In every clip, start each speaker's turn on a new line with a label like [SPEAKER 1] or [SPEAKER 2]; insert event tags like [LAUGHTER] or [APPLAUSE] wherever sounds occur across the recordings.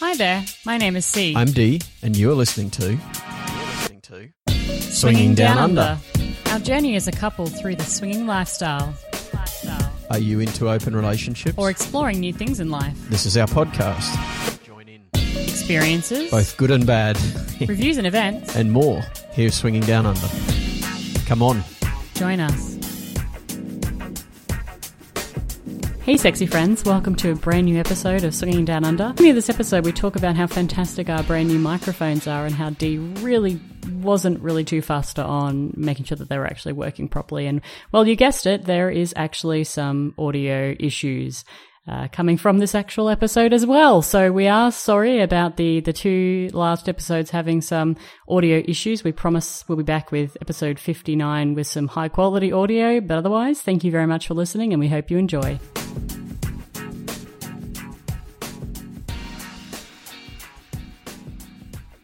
[SPEAKER 1] Hi there, my name is C.
[SPEAKER 2] I'm D, and you are listening to. Listening to.
[SPEAKER 1] Swinging Down Under. Our journey as a couple through the swinging lifestyle
[SPEAKER 2] Are you into open relationships?
[SPEAKER 1] or exploring new things in life,
[SPEAKER 2] this is our podcast. Join in.
[SPEAKER 1] experiences,
[SPEAKER 2] Both good and bad, [LAUGHS]
[SPEAKER 1] reviews, and events.
[SPEAKER 2] and more here at Swinging Down Under. Come on.
[SPEAKER 1] Join us. Hey, sexy friends, welcome to a brand new episode of Swinging Down Under. In this episode, we talk about how fantastic our brand new microphones are and how Dee really wasn't really too fussed on making sure that they were actually working properly. And well, you guessed it, there is actually some audio issues. Uh, coming from this actual episode as well. So we are sorry about the, the two last episodes having some audio issues. We promise we'll be back with episode 59 with some high quality audio. But otherwise, thank you very much for listening and we hope you enjoy.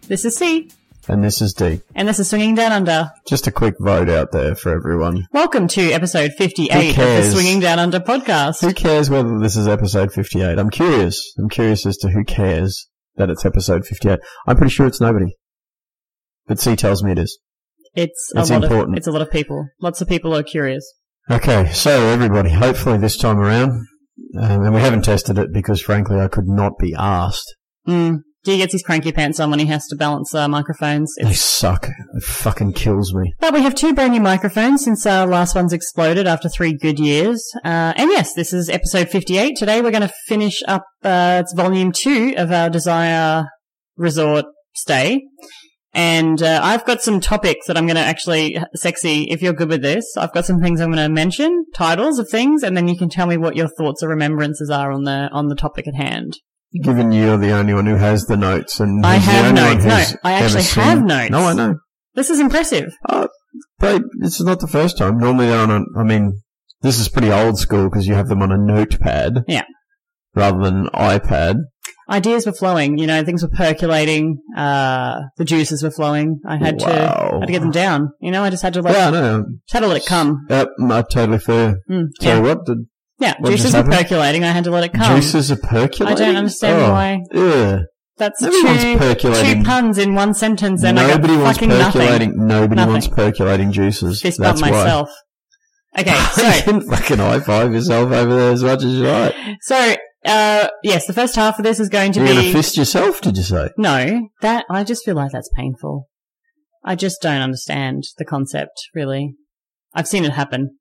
[SPEAKER 1] This is C,
[SPEAKER 2] And this is D.
[SPEAKER 1] and this is Swinging Down Under.
[SPEAKER 2] Just a quick vote out there for everyone.
[SPEAKER 1] Welcome to episode 58
[SPEAKER 2] Who cares?
[SPEAKER 1] Down Under podcast.
[SPEAKER 2] Who cares whether this is episode 58? I'm curious. I'm curious as to who cares that it's episode 58. I'm pretty sure it's nobody. But C tells me it is.
[SPEAKER 1] It's
[SPEAKER 2] It's important.
[SPEAKER 1] a lot of people. Lots of people are curious.
[SPEAKER 2] Okay, so everybody, hopefully this time around, um, and we haven't tested it because frankly I could not be asked.
[SPEAKER 1] Mm. Dee gets his cranky pants on when he has to balance uh, microphones.
[SPEAKER 2] They
[SPEAKER 1] It's-
[SPEAKER 2] suck. It fucking kills me.
[SPEAKER 1] but we have two brand new microphones since our last one's exploded after three good years. Uh, and yes, this is episode 58. Today we're going to finish up, uh, it's volume two of our Desire Resort stay. And uh, I've got some topics that I'm going to actually, sexy, if you're good with this, I've got some things I'm going to mention, titles of things, and then you can tell me what your thoughts or remembrances are on the on the topic at hand.
[SPEAKER 2] Given you're the only one who has the notes, and
[SPEAKER 1] I
[SPEAKER 2] he's the
[SPEAKER 1] have
[SPEAKER 2] only
[SPEAKER 1] notes.
[SPEAKER 2] one
[SPEAKER 1] No,
[SPEAKER 2] who's
[SPEAKER 1] I
[SPEAKER 2] ever
[SPEAKER 1] actually
[SPEAKER 2] seen-
[SPEAKER 1] have notes.
[SPEAKER 2] No, I know.
[SPEAKER 1] This is impressive.
[SPEAKER 2] But this is not the first time. Normally they're on a, I mean, this is pretty old school because you have them on a notepad.
[SPEAKER 1] Yeah.
[SPEAKER 2] Rather than iPad.
[SPEAKER 1] ideas were flowing. You know, things were percolating. Uh, the juices were flowing. I had to,
[SPEAKER 2] Wow.
[SPEAKER 1] had to get them down. You know, I just had to like,
[SPEAKER 2] Yeah, I know.
[SPEAKER 1] just had to let it come.
[SPEAKER 2] Yep, I totally fair.
[SPEAKER 1] Mm,
[SPEAKER 2] So
[SPEAKER 1] yeah,
[SPEAKER 2] what? The
[SPEAKER 1] yeah.
[SPEAKER 2] what just
[SPEAKER 1] Juices were
[SPEAKER 2] happened?
[SPEAKER 1] percolating. I had to let it come.
[SPEAKER 2] juices are
[SPEAKER 1] I
[SPEAKER 2] percolating?
[SPEAKER 1] don't understand
[SPEAKER 2] Oh,
[SPEAKER 1] why.
[SPEAKER 2] Ugh.
[SPEAKER 1] That's
[SPEAKER 2] Everyone's
[SPEAKER 1] two,
[SPEAKER 2] percolating.
[SPEAKER 1] two puns in one sentence, and
[SPEAKER 2] Nobody
[SPEAKER 1] I got
[SPEAKER 2] wants
[SPEAKER 1] fucking nothing.
[SPEAKER 2] percolating. Nobody
[SPEAKER 1] Nothing.
[SPEAKER 2] wants percolating juices.
[SPEAKER 1] Fist bump
[SPEAKER 2] That's why.
[SPEAKER 1] myself. Okay,
[SPEAKER 2] [LAUGHS] you
[SPEAKER 1] so
[SPEAKER 2] can fucking high five yourself over there as much as you
[SPEAKER 1] [LAUGHS]
[SPEAKER 2] like.
[SPEAKER 1] so uh, yes, the first half of this is going to
[SPEAKER 2] You're
[SPEAKER 1] be
[SPEAKER 2] gonna fist yourself, did you say?
[SPEAKER 1] No, that I just feel like that's painful. I just don't understand the concept, really. I've seen it happen.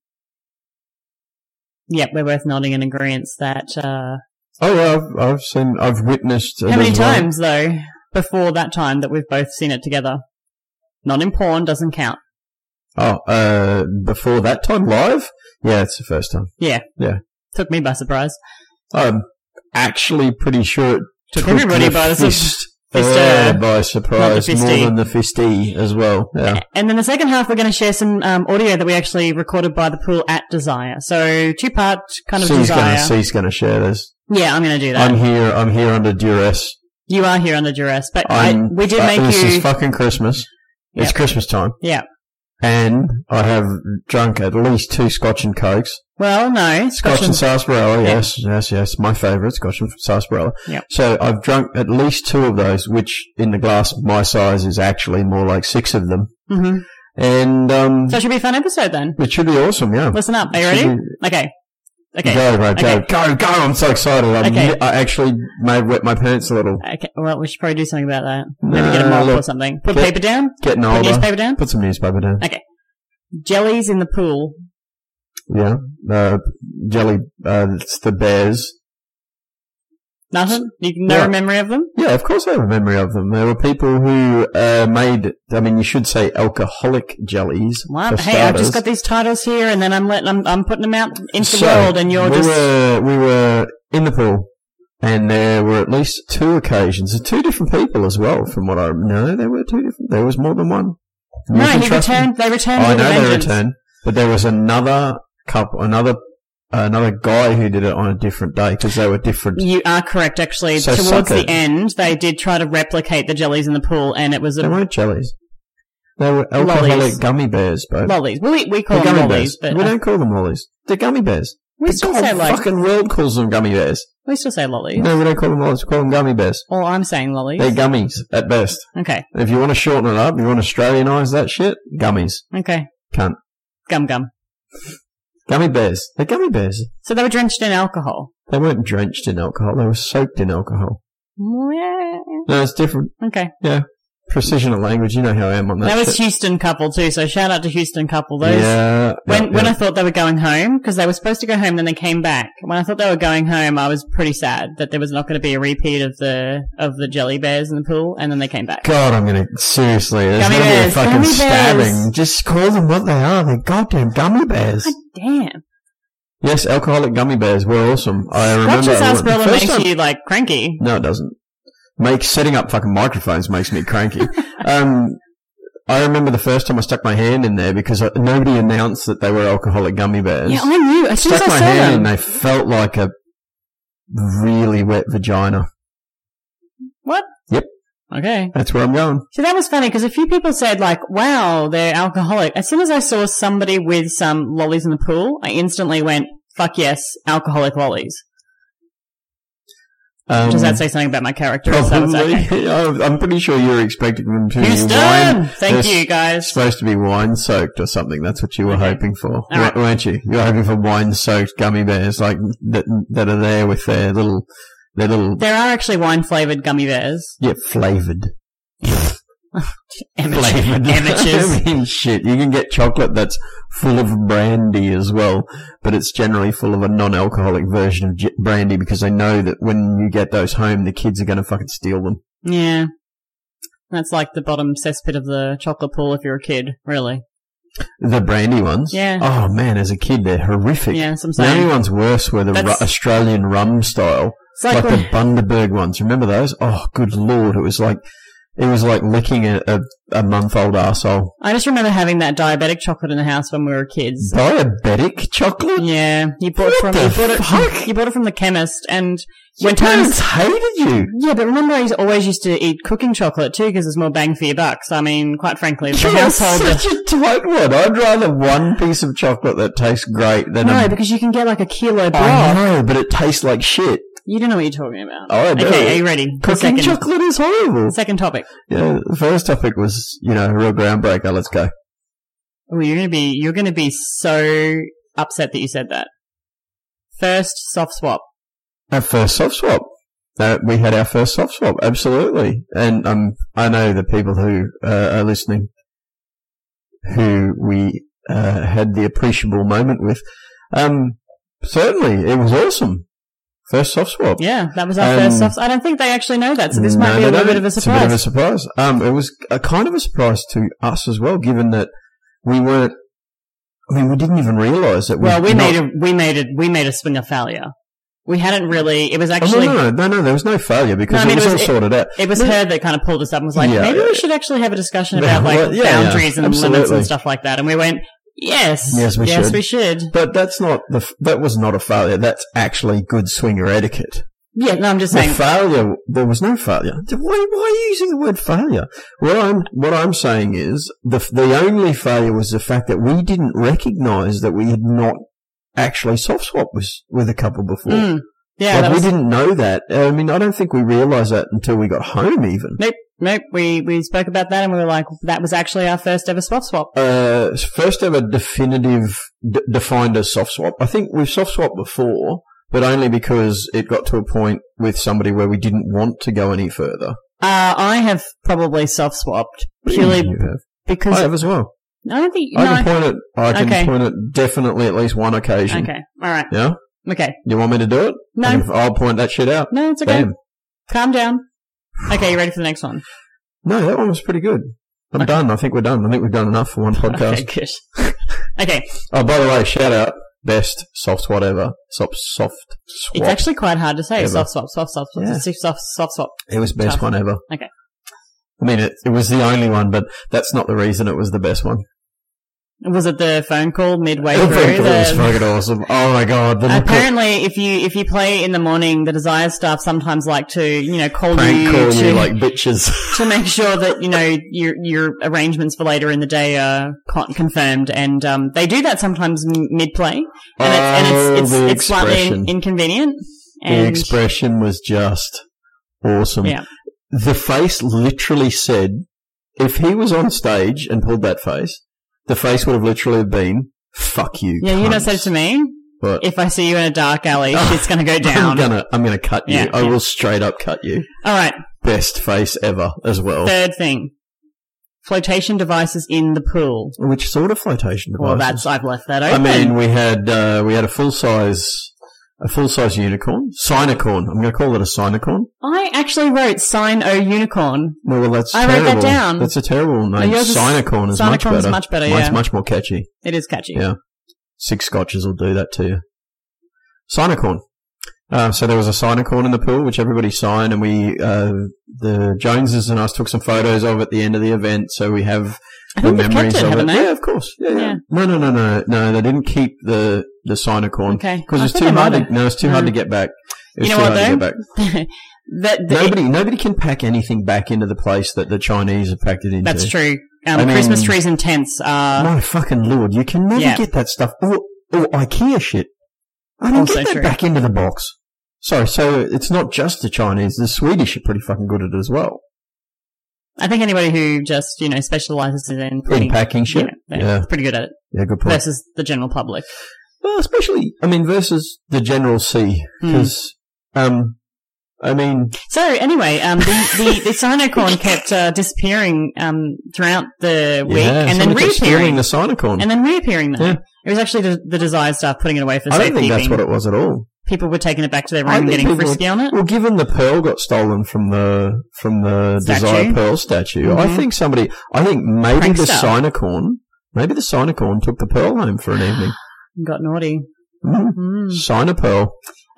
[SPEAKER 1] Yep, we're both nodding in agreement that. Uh,
[SPEAKER 2] Oh, yeah, I've, I've seen, I've witnessed. it
[SPEAKER 1] how many
[SPEAKER 2] as well.
[SPEAKER 1] times though before that time that we've both seen it together? Not in porn doesn't count.
[SPEAKER 2] Oh, uh, before that time live? Yeah, it's the first time.
[SPEAKER 1] Took me by surprise.
[SPEAKER 2] I'm actually pretty sure it
[SPEAKER 1] Took
[SPEAKER 2] took
[SPEAKER 1] everybody
[SPEAKER 2] the
[SPEAKER 1] by the sur-
[SPEAKER 2] fist,
[SPEAKER 1] fist,
[SPEAKER 2] uh,
[SPEAKER 1] uh,
[SPEAKER 2] by surprise, more
[SPEAKER 1] fisty.
[SPEAKER 2] than the fisty as well. Yeah.
[SPEAKER 1] And then the second half, we're going to share some um, audio that we actually recorded by the pool at Desire. So two part kind of
[SPEAKER 2] C's
[SPEAKER 1] Desire.
[SPEAKER 2] gonna, C's gonna share this.
[SPEAKER 1] yeah, I'm going to do that.
[SPEAKER 2] I'm here, I'm here under duress.
[SPEAKER 1] you are here under duress, but I,
[SPEAKER 2] I'm,
[SPEAKER 1] we did
[SPEAKER 2] uh,
[SPEAKER 1] make
[SPEAKER 2] this
[SPEAKER 1] you.
[SPEAKER 2] is fucking Christmas. It's
[SPEAKER 1] Yep.
[SPEAKER 2] Christmas time.
[SPEAKER 1] yeah.
[SPEAKER 2] And I have drunk at least two Scotch and Cokes.
[SPEAKER 1] Well, no.
[SPEAKER 2] Scotch and sarsaparilla,
[SPEAKER 1] Yeah.
[SPEAKER 2] yes, yes, yes. My favourite, Scotch and sarsaparilla.
[SPEAKER 1] Yep.
[SPEAKER 2] So I've drunk at least two of those, which in the glass my size is actually more like six of them.
[SPEAKER 1] hmm
[SPEAKER 2] And um,
[SPEAKER 1] So it should be a fun episode then.
[SPEAKER 2] it should be awesome, yeah.
[SPEAKER 1] Listen up. Are you
[SPEAKER 2] Should
[SPEAKER 1] ready? Okay. Okay.
[SPEAKER 2] Go, bro, go,
[SPEAKER 1] Okay.
[SPEAKER 2] go, go! I'm so excited. I'm,
[SPEAKER 1] Okay.
[SPEAKER 2] I actually made wet my pants a little.
[SPEAKER 1] Okay. Well, we should probably do something about that. Maybe
[SPEAKER 2] No,
[SPEAKER 1] get a mop
[SPEAKER 2] look.
[SPEAKER 1] or something. Put
[SPEAKER 2] Get-
[SPEAKER 1] paper down.
[SPEAKER 2] Getting
[SPEAKER 1] Put
[SPEAKER 2] older.
[SPEAKER 1] newspaper down.
[SPEAKER 2] Put some newspaper down.
[SPEAKER 1] Jellies in the pool.
[SPEAKER 2] Yeah. Uh, jelly. Uh, it's the bears.
[SPEAKER 1] Nothing. You can no
[SPEAKER 2] Yeah.
[SPEAKER 1] memory of them.
[SPEAKER 2] Yeah, of course I have a memory of them. There were people who uh, made, I mean, you should say alcoholic jellies.
[SPEAKER 1] Wow.
[SPEAKER 2] for
[SPEAKER 1] Hey, I've just
[SPEAKER 2] starters.
[SPEAKER 1] got these titles here, and then I'm letting I'm, I'm putting them out into
[SPEAKER 2] So,
[SPEAKER 1] the world, and you're
[SPEAKER 2] we
[SPEAKER 1] just
[SPEAKER 2] Were, uh, we were in the pool, and there were at least two occasions, and two different people as well, from what I No, there were two different. There was more than one. You
[SPEAKER 1] no.
[SPEAKER 2] can
[SPEAKER 1] He
[SPEAKER 2] trust me.
[SPEAKER 1] returned. They returned.
[SPEAKER 2] I
[SPEAKER 1] with a
[SPEAKER 2] know they
[SPEAKER 1] vengeance.
[SPEAKER 2] returned, but there was another couple, another another guy who did it on a different day because they were different.
[SPEAKER 1] You are correct, actually.
[SPEAKER 2] So
[SPEAKER 1] Towards
[SPEAKER 2] suck
[SPEAKER 1] the
[SPEAKER 2] it.
[SPEAKER 1] end, they did try to replicate the jellies in the pool, and it was
[SPEAKER 2] They
[SPEAKER 1] a
[SPEAKER 2] weren't jellies. They were alcoholic
[SPEAKER 1] Lollies.
[SPEAKER 2] gummy bears, but
[SPEAKER 1] lollies. Well, we, we call
[SPEAKER 2] they're
[SPEAKER 1] them
[SPEAKER 2] gummy
[SPEAKER 1] lollies,
[SPEAKER 2] bears.
[SPEAKER 1] but
[SPEAKER 2] we
[SPEAKER 1] uh,
[SPEAKER 2] don't call them lollies. They're gummy bears.
[SPEAKER 1] we
[SPEAKER 2] the
[SPEAKER 1] still
[SPEAKER 2] whole
[SPEAKER 1] say like
[SPEAKER 2] fucking world calls them gummy bears.
[SPEAKER 1] We still say lollies.
[SPEAKER 2] No, we don't call them lollies. We call them gummy bears.
[SPEAKER 1] Well, I'm saying lollies.
[SPEAKER 2] They're gummies at best.
[SPEAKER 1] okay.
[SPEAKER 2] If you want to shorten it up, you want to Australianise that shit, gummies.
[SPEAKER 1] Okay.
[SPEAKER 2] Cunt.
[SPEAKER 1] Gum gum.
[SPEAKER 2] Gummy bears. They're gummy bears.
[SPEAKER 1] So they were drenched in alcohol.
[SPEAKER 2] They weren't drenched in alcohol. They were soaked in alcohol.
[SPEAKER 1] Yeah.
[SPEAKER 2] No, it's different.
[SPEAKER 1] Okay.
[SPEAKER 2] Precision of language. You know how I am on that.
[SPEAKER 1] That was
[SPEAKER 2] shit.
[SPEAKER 1] Houston couple too. So shout out to Houston couple. Those
[SPEAKER 2] yeah.
[SPEAKER 1] when
[SPEAKER 2] yeah,
[SPEAKER 1] when
[SPEAKER 2] yeah.
[SPEAKER 1] I thought they were going home because they were supposed to go home, then they came back. When I thought they were going home, I was pretty sad that there was not going to be a repeat of the of the jelly bears in the pool, and then they came back.
[SPEAKER 2] God, I'm gonna seriously. There's
[SPEAKER 1] Gummy
[SPEAKER 2] gonna be a
[SPEAKER 1] bears,
[SPEAKER 2] fucking
[SPEAKER 1] gummy
[SPEAKER 2] stabbing.
[SPEAKER 1] bears.
[SPEAKER 2] Just call them what they are. They're goddamn gummy bears.
[SPEAKER 1] God damn!
[SPEAKER 2] yes, alcoholic gummy bears were awesome. I remember.
[SPEAKER 1] Scotch's
[SPEAKER 2] I went- the
[SPEAKER 1] sarsaparilla
[SPEAKER 2] first
[SPEAKER 1] makes
[SPEAKER 2] time-
[SPEAKER 1] you like cranky.
[SPEAKER 2] No, it doesn't. Makes setting up fucking microphones makes me
[SPEAKER 1] [LAUGHS]
[SPEAKER 2] cranky. um, I remember the first time I stuck my hand in there because I, nobody announced that they were alcoholic gummy bears.
[SPEAKER 1] Yeah, I knew as soon as I
[SPEAKER 2] stuck my
[SPEAKER 1] saw
[SPEAKER 2] hand in,
[SPEAKER 1] them.
[SPEAKER 2] they felt like a really wet vagina.
[SPEAKER 1] What?
[SPEAKER 2] Yep.
[SPEAKER 1] Okay.
[SPEAKER 2] That's where I'm going.
[SPEAKER 1] So that was funny because a few people said like, "Wow, they're alcoholic." As soon as I saw somebody with some lollies in the pool, I instantly went, "Fuck yes, alcoholic lollies."
[SPEAKER 2] Um,
[SPEAKER 1] Does that say something about my character? So it's
[SPEAKER 2] probably. [LAUGHS]
[SPEAKER 1] okay.
[SPEAKER 2] I'm- I'm pretty sure you were expecting them to be
[SPEAKER 1] Houston,
[SPEAKER 2] wine.
[SPEAKER 1] thank
[SPEAKER 2] They're
[SPEAKER 1] you guys.
[SPEAKER 2] Supposed to be wine soaked or something. That's what you were
[SPEAKER 1] Okay.
[SPEAKER 2] hoping for,
[SPEAKER 1] All right.
[SPEAKER 2] Wa- weren't you? You were hoping for wine soaked gummy bears like that that are there with their little their little
[SPEAKER 1] [LAUGHS] There are actually wine flavored gummy bears. [LAUGHS]
[SPEAKER 2] yeah flavored
[SPEAKER 1] Amateur-
[SPEAKER 2] [LAUGHS]
[SPEAKER 1] Amateurs.
[SPEAKER 2] I mean, shit. You can get chocolate that's full of brandy as well, but it's generally full of a non-alcoholic version of j- brandy because they know that when you get those home, the kids are going to fucking steal them.
[SPEAKER 1] yeah. That's like the bottom cesspit of the chocolate pool if you're a kid, really.
[SPEAKER 2] The brandy ones.
[SPEAKER 1] Yeah.
[SPEAKER 2] Oh man, as a kid, they're horrific.
[SPEAKER 1] Yeah, that's what I'm
[SPEAKER 2] The only
[SPEAKER 1] saying.
[SPEAKER 2] ones worse were the ru-
[SPEAKER 1] That's-
[SPEAKER 2] Australian rum style,
[SPEAKER 1] It's
[SPEAKER 2] like
[SPEAKER 1] like, when-
[SPEAKER 2] the Bundaberg ones. Remember those? Oh, good lord! It was like it was like licking a, a, a month-old arsehole.
[SPEAKER 1] I just remember having that diabetic chocolate in the house when we were kids.
[SPEAKER 2] Diabetic chocolate.
[SPEAKER 1] Yeah, you bought
[SPEAKER 2] What
[SPEAKER 1] from
[SPEAKER 2] the
[SPEAKER 1] you bought, it,
[SPEAKER 2] fuck?
[SPEAKER 1] you bought it from the chemist, and
[SPEAKER 2] Your
[SPEAKER 1] when
[SPEAKER 2] parents
[SPEAKER 1] times
[SPEAKER 2] hated you.
[SPEAKER 1] yeah, but remember I always used to eat cooking chocolate too because it's more bang for your buck. So I mean, quite frankly, the
[SPEAKER 2] You're
[SPEAKER 1] household
[SPEAKER 2] such a tight one. I'd rather one piece of chocolate that tastes great than
[SPEAKER 1] no,
[SPEAKER 2] a.
[SPEAKER 1] because you can get like a kilo
[SPEAKER 2] I
[SPEAKER 1] block.
[SPEAKER 2] know, but it tastes like shit.
[SPEAKER 1] You don't know what you're talking about.
[SPEAKER 2] Oh, I do.
[SPEAKER 1] Okay, are you ready? for
[SPEAKER 2] Cooking
[SPEAKER 1] second,
[SPEAKER 2] chocolate is horrible.
[SPEAKER 1] second topic.
[SPEAKER 2] Yeah, the first topic was you know a real groundbreaker. Let's go.
[SPEAKER 1] Oh, you're gonna be you're gonna be so upset that you said that. First soft swap.
[SPEAKER 2] Our first soft swap. Uh, we had our first soft swap, absolutely. And um, I know the people who uh, are listening, who we uh, had the appreciable moment with. Um, certainly, it was awesome. First soft swap.
[SPEAKER 1] Yeah, that was our
[SPEAKER 2] Um,
[SPEAKER 1] first soft. I don't think they actually know that, so this might
[SPEAKER 2] No,
[SPEAKER 1] be a
[SPEAKER 2] no,
[SPEAKER 1] little
[SPEAKER 2] no,
[SPEAKER 1] bit of a
[SPEAKER 2] it's bit of a
[SPEAKER 1] surprise.
[SPEAKER 2] surprise. Um, it was a kind of a surprise to us as well, given that we weren't. I mean, we didn't even realise that.
[SPEAKER 1] well, we
[SPEAKER 2] we'd
[SPEAKER 1] made
[SPEAKER 2] not- Oh,
[SPEAKER 1] a we made a we made a swing of failure. We hadn't really. It was
[SPEAKER 2] Oh, no,
[SPEAKER 1] actually
[SPEAKER 2] no, no, no, no. There was no failure because
[SPEAKER 1] No, I mean,
[SPEAKER 2] it was
[SPEAKER 1] it
[SPEAKER 2] all
[SPEAKER 1] was-
[SPEAKER 2] sorted out.
[SPEAKER 1] it was
[SPEAKER 2] No.
[SPEAKER 1] her that kind of pulled us up and was like,
[SPEAKER 2] Yeah.
[SPEAKER 1] maybe we should actually have a discussion
[SPEAKER 2] Yeah,
[SPEAKER 1] about
[SPEAKER 2] [LAUGHS]
[SPEAKER 1] like
[SPEAKER 2] well, yeah, yeah,
[SPEAKER 1] boundaries and limits
[SPEAKER 2] absolutely.
[SPEAKER 1] and stuff like that. And we went, yes,
[SPEAKER 2] Yes, we should.
[SPEAKER 1] we should.
[SPEAKER 2] But that's not the. f- That was not a failure. That's actually good swinger etiquette.
[SPEAKER 1] Yeah, no, I'm just
[SPEAKER 2] The
[SPEAKER 1] saying.
[SPEAKER 2] failure. There was no failure. Why, why are you using the word failure? What I'm what I'm saying is the f- the only failure was the fact that we didn't recognise that we had not actually soft swapped with with a couple before.
[SPEAKER 1] Mm. yeah,
[SPEAKER 2] Like,
[SPEAKER 1] that was
[SPEAKER 2] we didn't know that. I mean, I don't think we realised that until we got home, even.
[SPEAKER 1] Nope, nope. We we spoke about that, and we were like, that was actually our first ever swap swap.
[SPEAKER 2] Uh, first ever definitive d- defined as soft swap. I think we've soft swapped before, but only because it got to a point with somebody where we didn't want to go any further.
[SPEAKER 1] Uh, I have probably soft swapped purely
[SPEAKER 2] You have.
[SPEAKER 1] because
[SPEAKER 2] I
[SPEAKER 1] I,
[SPEAKER 2] have as well.
[SPEAKER 1] don't think
[SPEAKER 2] I can
[SPEAKER 1] no.
[SPEAKER 2] point at. I can
[SPEAKER 1] Okay.
[SPEAKER 2] point at definitely at least one occasion.
[SPEAKER 1] Okay, all right,
[SPEAKER 2] Yeah.
[SPEAKER 1] okay.
[SPEAKER 2] You want me to do it?
[SPEAKER 1] No.
[SPEAKER 2] I can- I'll point that shit out.
[SPEAKER 1] No, it's okay.
[SPEAKER 2] Bam.
[SPEAKER 1] Calm down. Okay, you ready for the next one?
[SPEAKER 2] No, that one was pretty good. I'm
[SPEAKER 1] Okay.
[SPEAKER 2] done. I think we're done. I think we've done enough for one podcast.
[SPEAKER 1] [LAUGHS] Okay, good. okay,
[SPEAKER 2] Oh, by the way, shout out best soft swap ever. Soft soft swap.
[SPEAKER 1] it's actually quite hard to say.
[SPEAKER 2] Ever.
[SPEAKER 1] Soft swap, soft swap, soft,
[SPEAKER 2] Yeah.
[SPEAKER 1] soft, soft, soft swap.
[SPEAKER 2] it was best
[SPEAKER 1] tough.
[SPEAKER 2] one ever.
[SPEAKER 1] Okay.
[SPEAKER 2] I mean, it, it was the only one, but that's not the reason it was the best one.
[SPEAKER 1] Was it the phone call midway
[SPEAKER 2] I
[SPEAKER 1] through?
[SPEAKER 2] think it was
[SPEAKER 1] the-
[SPEAKER 2] fucking awesome. Oh my god, the little
[SPEAKER 1] Apparently, if you if you play in the morning, the desire staff sometimes like to you know call
[SPEAKER 2] prank
[SPEAKER 1] you
[SPEAKER 2] call
[SPEAKER 1] to
[SPEAKER 2] you like bitches.
[SPEAKER 1] [LAUGHS] to make sure that you know your your arrangements for later in the day are con- confirmed, and um, they do that sometimes m- mid play, and it's, and
[SPEAKER 2] Oh,
[SPEAKER 1] it's,
[SPEAKER 2] the
[SPEAKER 1] it's, it's slightly
[SPEAKER 2] expression.
[SPEAKER 1] in- inconvenient.
[SPEAKER 2] the
[SPEAKER 1] And
[SPEAKER 2] expression was just awesome.
[SPEAKER 1] Yeah.
[SPEAKER 2] The face literally said, if he was on stage and pulled that face, the face would have literally been, fuck you.
[SPEAKER 1] yeah, you know,
[SPEAKER 2] cunts."
[SPEAKER 1] said to me,
[SPEAKER 2] What?
[SPEAKER 1] if I see you in a
[SPEAKER 2] [LAUGHS]
[SPEAKER 1] dark alley,
[SPEAKER 2] Oh,
[SPEAKER 1] shit's gonna go
[SPEAKER 2] I'm
[SPEAKER 1] down.
[SPEAKER 2] gonna, I'm gonna cut you.
[SPEAKER 1] Yeah,
[SPEAKER 2] I
[SPEAKER 1] yeah.
[SPEAKER 2] will straight up cut you.
[SPEAKER 1] All right,
[SPEAKER 2] Best face ever as well.
[SPEAKER 1] third thing: flotation devices in the pool.
[SPEAKER 2] Which sort of flotation device?
[SPEAKER 1] Well, that's I've left that
[SPEAKER 2] I
[SPEAKER 1] open.
[SPEAKER 2] mean, we had, uh, we had a full size, a full size unicorn. Cynicorn. I'm gonna call it a cynicorn.
[SPEAKER 1] I actually wrote sign o unicorn.
[SPEAKER 2] No, well, that's
[SPEAKER 1] I wrote that
[SPEAKER 2] terrible.
[SPEAKER 1] down.
[SPEAKER 2] That's a terrible name.
[SPEAKER 1] yours is-
[SPEAKER 2] Cynicorn is much
[SPEAKER 1] Cynicorn's
[SPEAKER 2] better.
[SPEAKER 1] much better,
[SPEAKER 2] Mine's
[SPEAKER 1] yeah.
[SPEAKER 2] much more catchy.
[SPEAKER 1] It is catchy.
[SPEAKER 2] Yeah. Six scotches will do that to you. Cynicorn. Uh, so there was a cynicorn in the pool, which everybody signed, and we, uh, the Joneses and us took some photos of at the end of the event, so we have
[SPEAKER 1] I
[SPEAKER 2] the
[SPEAKER 1] think they've
[SPEAKER 2] memories
[SPEAKER 1] kept it,
[SPEAKER 2] of
[SPEAKER 1] haven't
[SPEAKER 2] it.
[SPEAKER 1] they?
[SPEAKER 2] Yeah, of course. Yeah, yeah.
[SPEAKER 1] Yeah.
[SPEAKER 2] No, no, no, no, no. They didn't keep the the cynicorn
[SPEAKER 1] Okay.
[SPEAKER 2] because
[SPEAKER 1] I
[SPEAKER 2] it's
[SPEAKER 1] thought
[SPEAKER 2] too
[SPEAKER 1] they
[SPEAKER 2] hard.
[SPEAKER 1] might Mm.
[SPEAKER 2] To, no, it's too hard to get back. It was
[SPEAKER 1] You know
[SPEAKER 2] too
[SPEAKER 1] what,
[SPEAKER 2] hard to
[SPEAKER 1] though?
[SPEAKER 2] get back.
[SPEAKER 1] [LAUGHS] That- that-
[SPEAKER 2] Nobody, nobody can pack anything back into the place that the Chinese have packed it into.
[SPEAKER 1] that's true. Um,
[SPEAKER 2] I mean-
[SPEAKER 1] Christmas trees and tents are
[SPEAKER 2] My fucking lord, you can never
[SPEAKER 1] Yeah.
[SPEAKER 2] get that stuff. Or, or IKEA shit. I don't
[SPEAKER 1] Also
[SPEAKER 2] get that
[SPEAKER 1] true.
[SPEAKER 2] back into the box. Sorry, so it's not just the Chinese. The Swedish are pretty fucking good at it as well.
[SPEAKER 1] I think anybody who just you know specializes in
[SPEAKER 2] In
[SPEAKER 1] printing,
[SPEAKER 2] packing
[SPEAKER 1] you
[SPEAKER 2] shit.
[SPEAKER 1] know,
[SPEAKER 2] Yeah,
[SPEAKER 1] they're
[SPEAKER 2] yeah.
[SPEAKER 1] pretty good at it
[SPEAKER 2] good point.
[SPEAKER 1] versus the general public.
[SPEAKER 2] Well, especially, I mean, versus the General C.
[SPEAKER 1] Hmm.
[SPEAKER 2] Because, um, I mean,
[SPEAKER 1] So anyway, um, the, the, the cyanocorn kept uh, disappearing um, throughout the week
[SPEAKER 2] yeah,
[SPEAKER 1] and then
[SPEAKER 2] somebody kept stealing
[SPEAKER 1] reappearing,
[SPEAKER 2] the Cynicorn.
[SPEAKER 1] and then reappearing. Though
[SPEAKER 2] Yeah.
[SPEAKER 1] it was actually the, the desired stuff putting it away for
[SPEAKER 2] I don't think
[SPEAKER 1] safekeeping.
[SPEAKER 2] that's what it was at all.
[SPEAKER 1] People were taking it back to their
[SPEAKER 2] I
[SPEAKER 1] room,
[SPEAKER 2] think
[SPEAKER 1] getting
[SPEAKER 2] people-
[SPEAKER 1] frisky on it.
[SPEAKER 2] Well, given the pearl got stolen from the from the
[SPEAKER 1] Statue.
[SPEAKER 2] Desire Pearl statue, I
[SPEAKER 1] Mhm.
[SPEAKER 2] think somebody. I think maybe the
[SPEAKER 1] Prankster.
[SPEAKER 2] cynicorn, maybe the cynicorn took the pearl home for an evening.
[SPEAKER 1] Got naughty.
[SPEAKER 2] Mm.
[SPEAKER 1] Mm.
[SPEAKER 2] Cynopearl.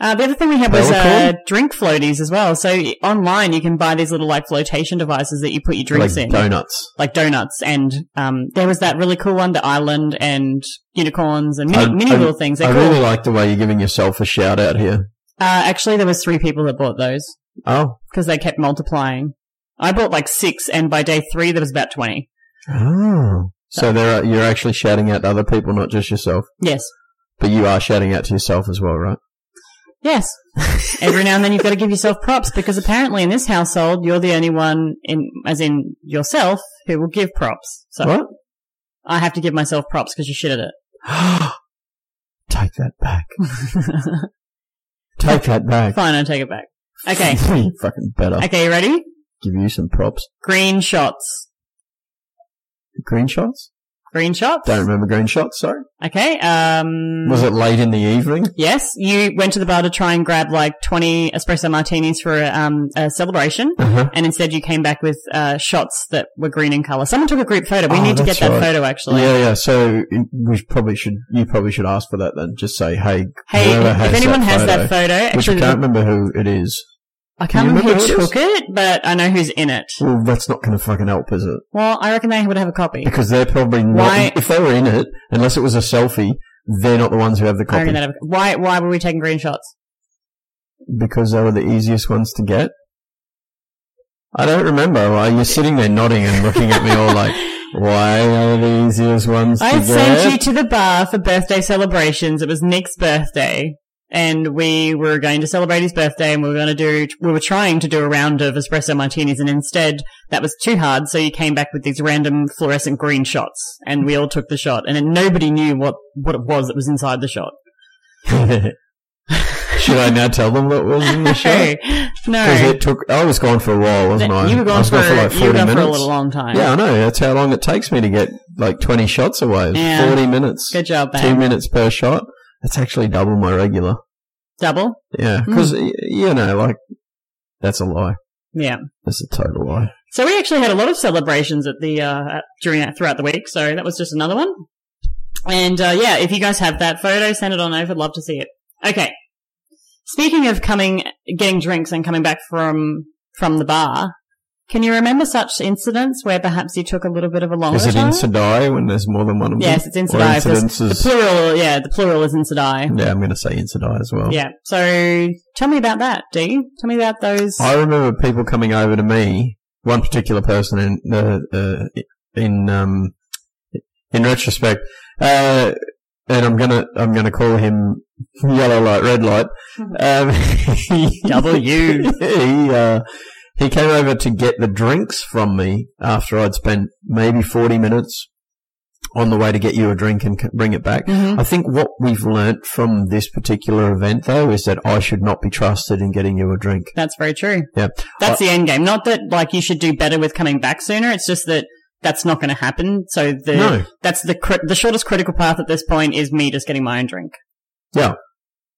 [SPEAKER 1] Uh, the other thing we had was uh,
[SPEAKER 2] Pearl
[SPEAKER 1] drink floaties as well. So online, you can buy these little like flotation devices that you put your
[SPEAKER 2] like
[SPEAKER 1] drinks in.
[SPEAKER 2] donuts.
[SPEAKER 1] like donuts and um, there was that really cool one, the island and unicorns and mini,
[SPEAKER 2] I-
[SPEAKER 1] mini
[SPEAKER 2] I-
[SPEAKER 1] little things. They're
[SPEAKER 2] I
[SPEAKER 1] cool.
[SPEAKER 2] really like the way you're giving yourself a shout out here.
[SPEAKER 1] uh, actually, there was three people that bought those
[SPEAKER 2] Oh,
[SPEAKER 1] because they kept multiplying. I bought like six, and by day three, there was about twenty.
[SPEAKER 2] oh. So there are, you're actually shouting out to other people, not just yourself.
[SPEAKER 1] Yes,
[SPEAKER 2] But you are shouting out to yourself as well, right?
[SPEAKER 1] yes. [LAUGHS] Every now and then, you've got to give yourself props because apparently, in this household, you're the only one in, as in yourself, who will give props. So
[SPEAKER 2] What?
[SPEAKER 1] I have to give myself props because you shit at
[SPEAKER 2] Take that back.
[SPEAKER 1] it.
[SPEAKER 2] Take that back.
[SPEAKER 1] [LAUGHS] Fine, I take it back. Okay,
[SPEAKER 2] you [LAUGHS] fucking better.
[SPEAKER 1] okay, you ready?
[SPEAKER 2] Give you some props.
[SPEAKER 1] Green shots.
[SPEAKER 2] Green shots?
[SPEAKER 1] Green shots.
[SPEAKER 2] Don't remember green shots, sorry.
[SPEAKER 1] Okay. Um,
[SPEAKER 2] Was it late in the evening?
[SPEAKER 1] Yes, you went to the bar to try and grab like twenty espresso martinis for um, a celebration,
[SPEAKER 2] Uh-huh.
[SPEAKER 1] and instead you came back with uh, shots that were green in color. Someone took a group photo. We
[SPEAKER 2] Oh,
[SPEAKER 1] need to
[SPEAKER 2] that's
[SPEAKER 1] get that
[SPEAKER 2] right.
[SPEAKER 1] photo actually.
[SPEAKER 2] Yeah, yeah. So we probably should. You probably should ask for that then. Just say, "Hey,
[SPEAKER 1] Hey,
[SPEAKER 2] whoever has
[SPEAKER 1] if anyone
[SPEAKER 2] that
[SPEAKER 1] has
[SPEAKER 2] photo,
[SPEAKER 1] that photo,
[SPEAKER 2] which I
[SPEAKER 1] actually,
[SPEAKER 2] can't remember who it is.
[SPEAKER 1] I
[SPEAKER 2] Can
[SPEAKER 1] can't
[SPEAKER 2] you
[SPEAKER 1] remember who
[SPEAKER 2] remember who it
[SPEAKER 1] took it, but I know who's in it.
[SPEAKER 2] Well, that's not going to fucking help, is it?
[SPEAKER 1] Well, I reckon they would have a copy.
[SPEAKER 2] Because they're probably not.
[SPEAKER 1] Why-
[SPEAKER 2] If they were in it, unless it was a selfie, they're not the ones who have the
[SPEAKER 1] I
[SPEAKER 2] copy
[SPEAKER 1] reckon they have a, why? Why were we taking green shots?
[SPEAKER 2] because they were the easiest ones to get. I don't remember. Why you're sitting there nodding and looking at me all
[SPEAKER 1] [LAUGHS]
[SPEAKER 2] like, "Why are they the easiest ones
[SPEAKER 1] I
[SPEAKER 2] to
[SPEAKER 1] sent you
[SPEAKER 2] get?"
[SPEAKER 1] to the bar for birthday celebrations. It was Nick's birthday. And we were going to celebrate his birthday and we were going to do, we were trying to do a round of espresso martinis. And instead that was too hard. So you came back with these random fluorescent green shots and we all took the shot and then nobody knew what, what it was that was inside the shot.
[SPEAKER 2] [LAUGHS]
[SPEAKER 1] [LAUGHS]
[SPEAKER 2] Should I now tell them what was in the shot? Because
[SPEAKER 1] no.
[SPEAKER 2] it took. I was gone for a while, wasn't I?
[SPEAKER 1] You were
[SPEAKER 2] I
[SPEAKER 1] gone
[SPEAKER 2] was
[SPEAKER 1] for,
[SPEAKER 2] gone for like
[SPEAKER 1] you were
[SPEAKER 2] forty
[SPEAKER 1] gone for
[SPEAKER 2] minutes.
[SPEAKER 1] a little long time.
[SPEAKER 2] yeah, I know. That's how long it takes me to get like twenty shots away.
[SPEAKER 1] Yeah.
[SPEAKER 2] Forty minutes.
[SPEAKER 1] Good job,
[SPEAKER 2] Two
[SPEAKER 1] babe.
[SPEAKER 2] minutes per shot. That's actually double my regular.
[SPEAKER 1] Double?
[SPEAKER 2] Yeah,
[SPEAKER 1] Hmm.
[SPEAKER 2] because you know, like that's a lie.
[SPEAKER 1] Yeah.
[SPEAKER 2] That's a total lie.
[SPEAKER 1] So we actually had a lot of celebrations at the uh, at- during that throughout the week. So that was just another one. And uh, yeah, if you guys have that photo, send it on over. I'd love to see it. Okay. Speaking of coming, getting drinks and coming back from from the bar, can you remember such incidents where perhaps you took a little bit of a longer
[SPEAKER 2] Is it
[SPEAKER 1] time?
[SPEAKER 2] incidii when there's more than one of
[SPEAKER 1] Yes,
[SPEAKER 2] them?
[SPEAKER 1] it's incidii,
[SPEAKER 2] Or
[SPEAKER 1] because the
[SPEAKER 2] incidences.
[SPEAKER 1] plural, yeah, the plural is incidii.
[SPEAKER 2] Yeah, I'm going to say incidii as well.
[SPEAKER 1] Yeah. So tell me about that, Dee. Tell me about those.
[SPEAKER 2] I remember people coming over to me. One particular person in uh, uh, in um, in retrospect, uh, and I'm gonna I'm gonna call him yellow light, red light. Um, he- [LAUGHS]
[SPEAKER 1] Double U.
[SPEAKER 2] he uh, he came over to get the drinks from me after I'd spent maybe forty minutes on the way to get you a drink and c- bring it back. I think what we've learnt from this particular event though is that I should not be trusted in getting you a drink.
[SPEAKER 1] That's very true.
[SPEAKER 2] Yeah. Uh,
[SPEAKER 1] That's the end game. Not that like you should do better with coming back sooner. It's just that that's not going to happen. So the
[SPEAKER 2] No.
[SPEAKER 1] that's the cri- the shortest critical path at this point is me just getting my own drink.
[SPEAKER 2] Yeah.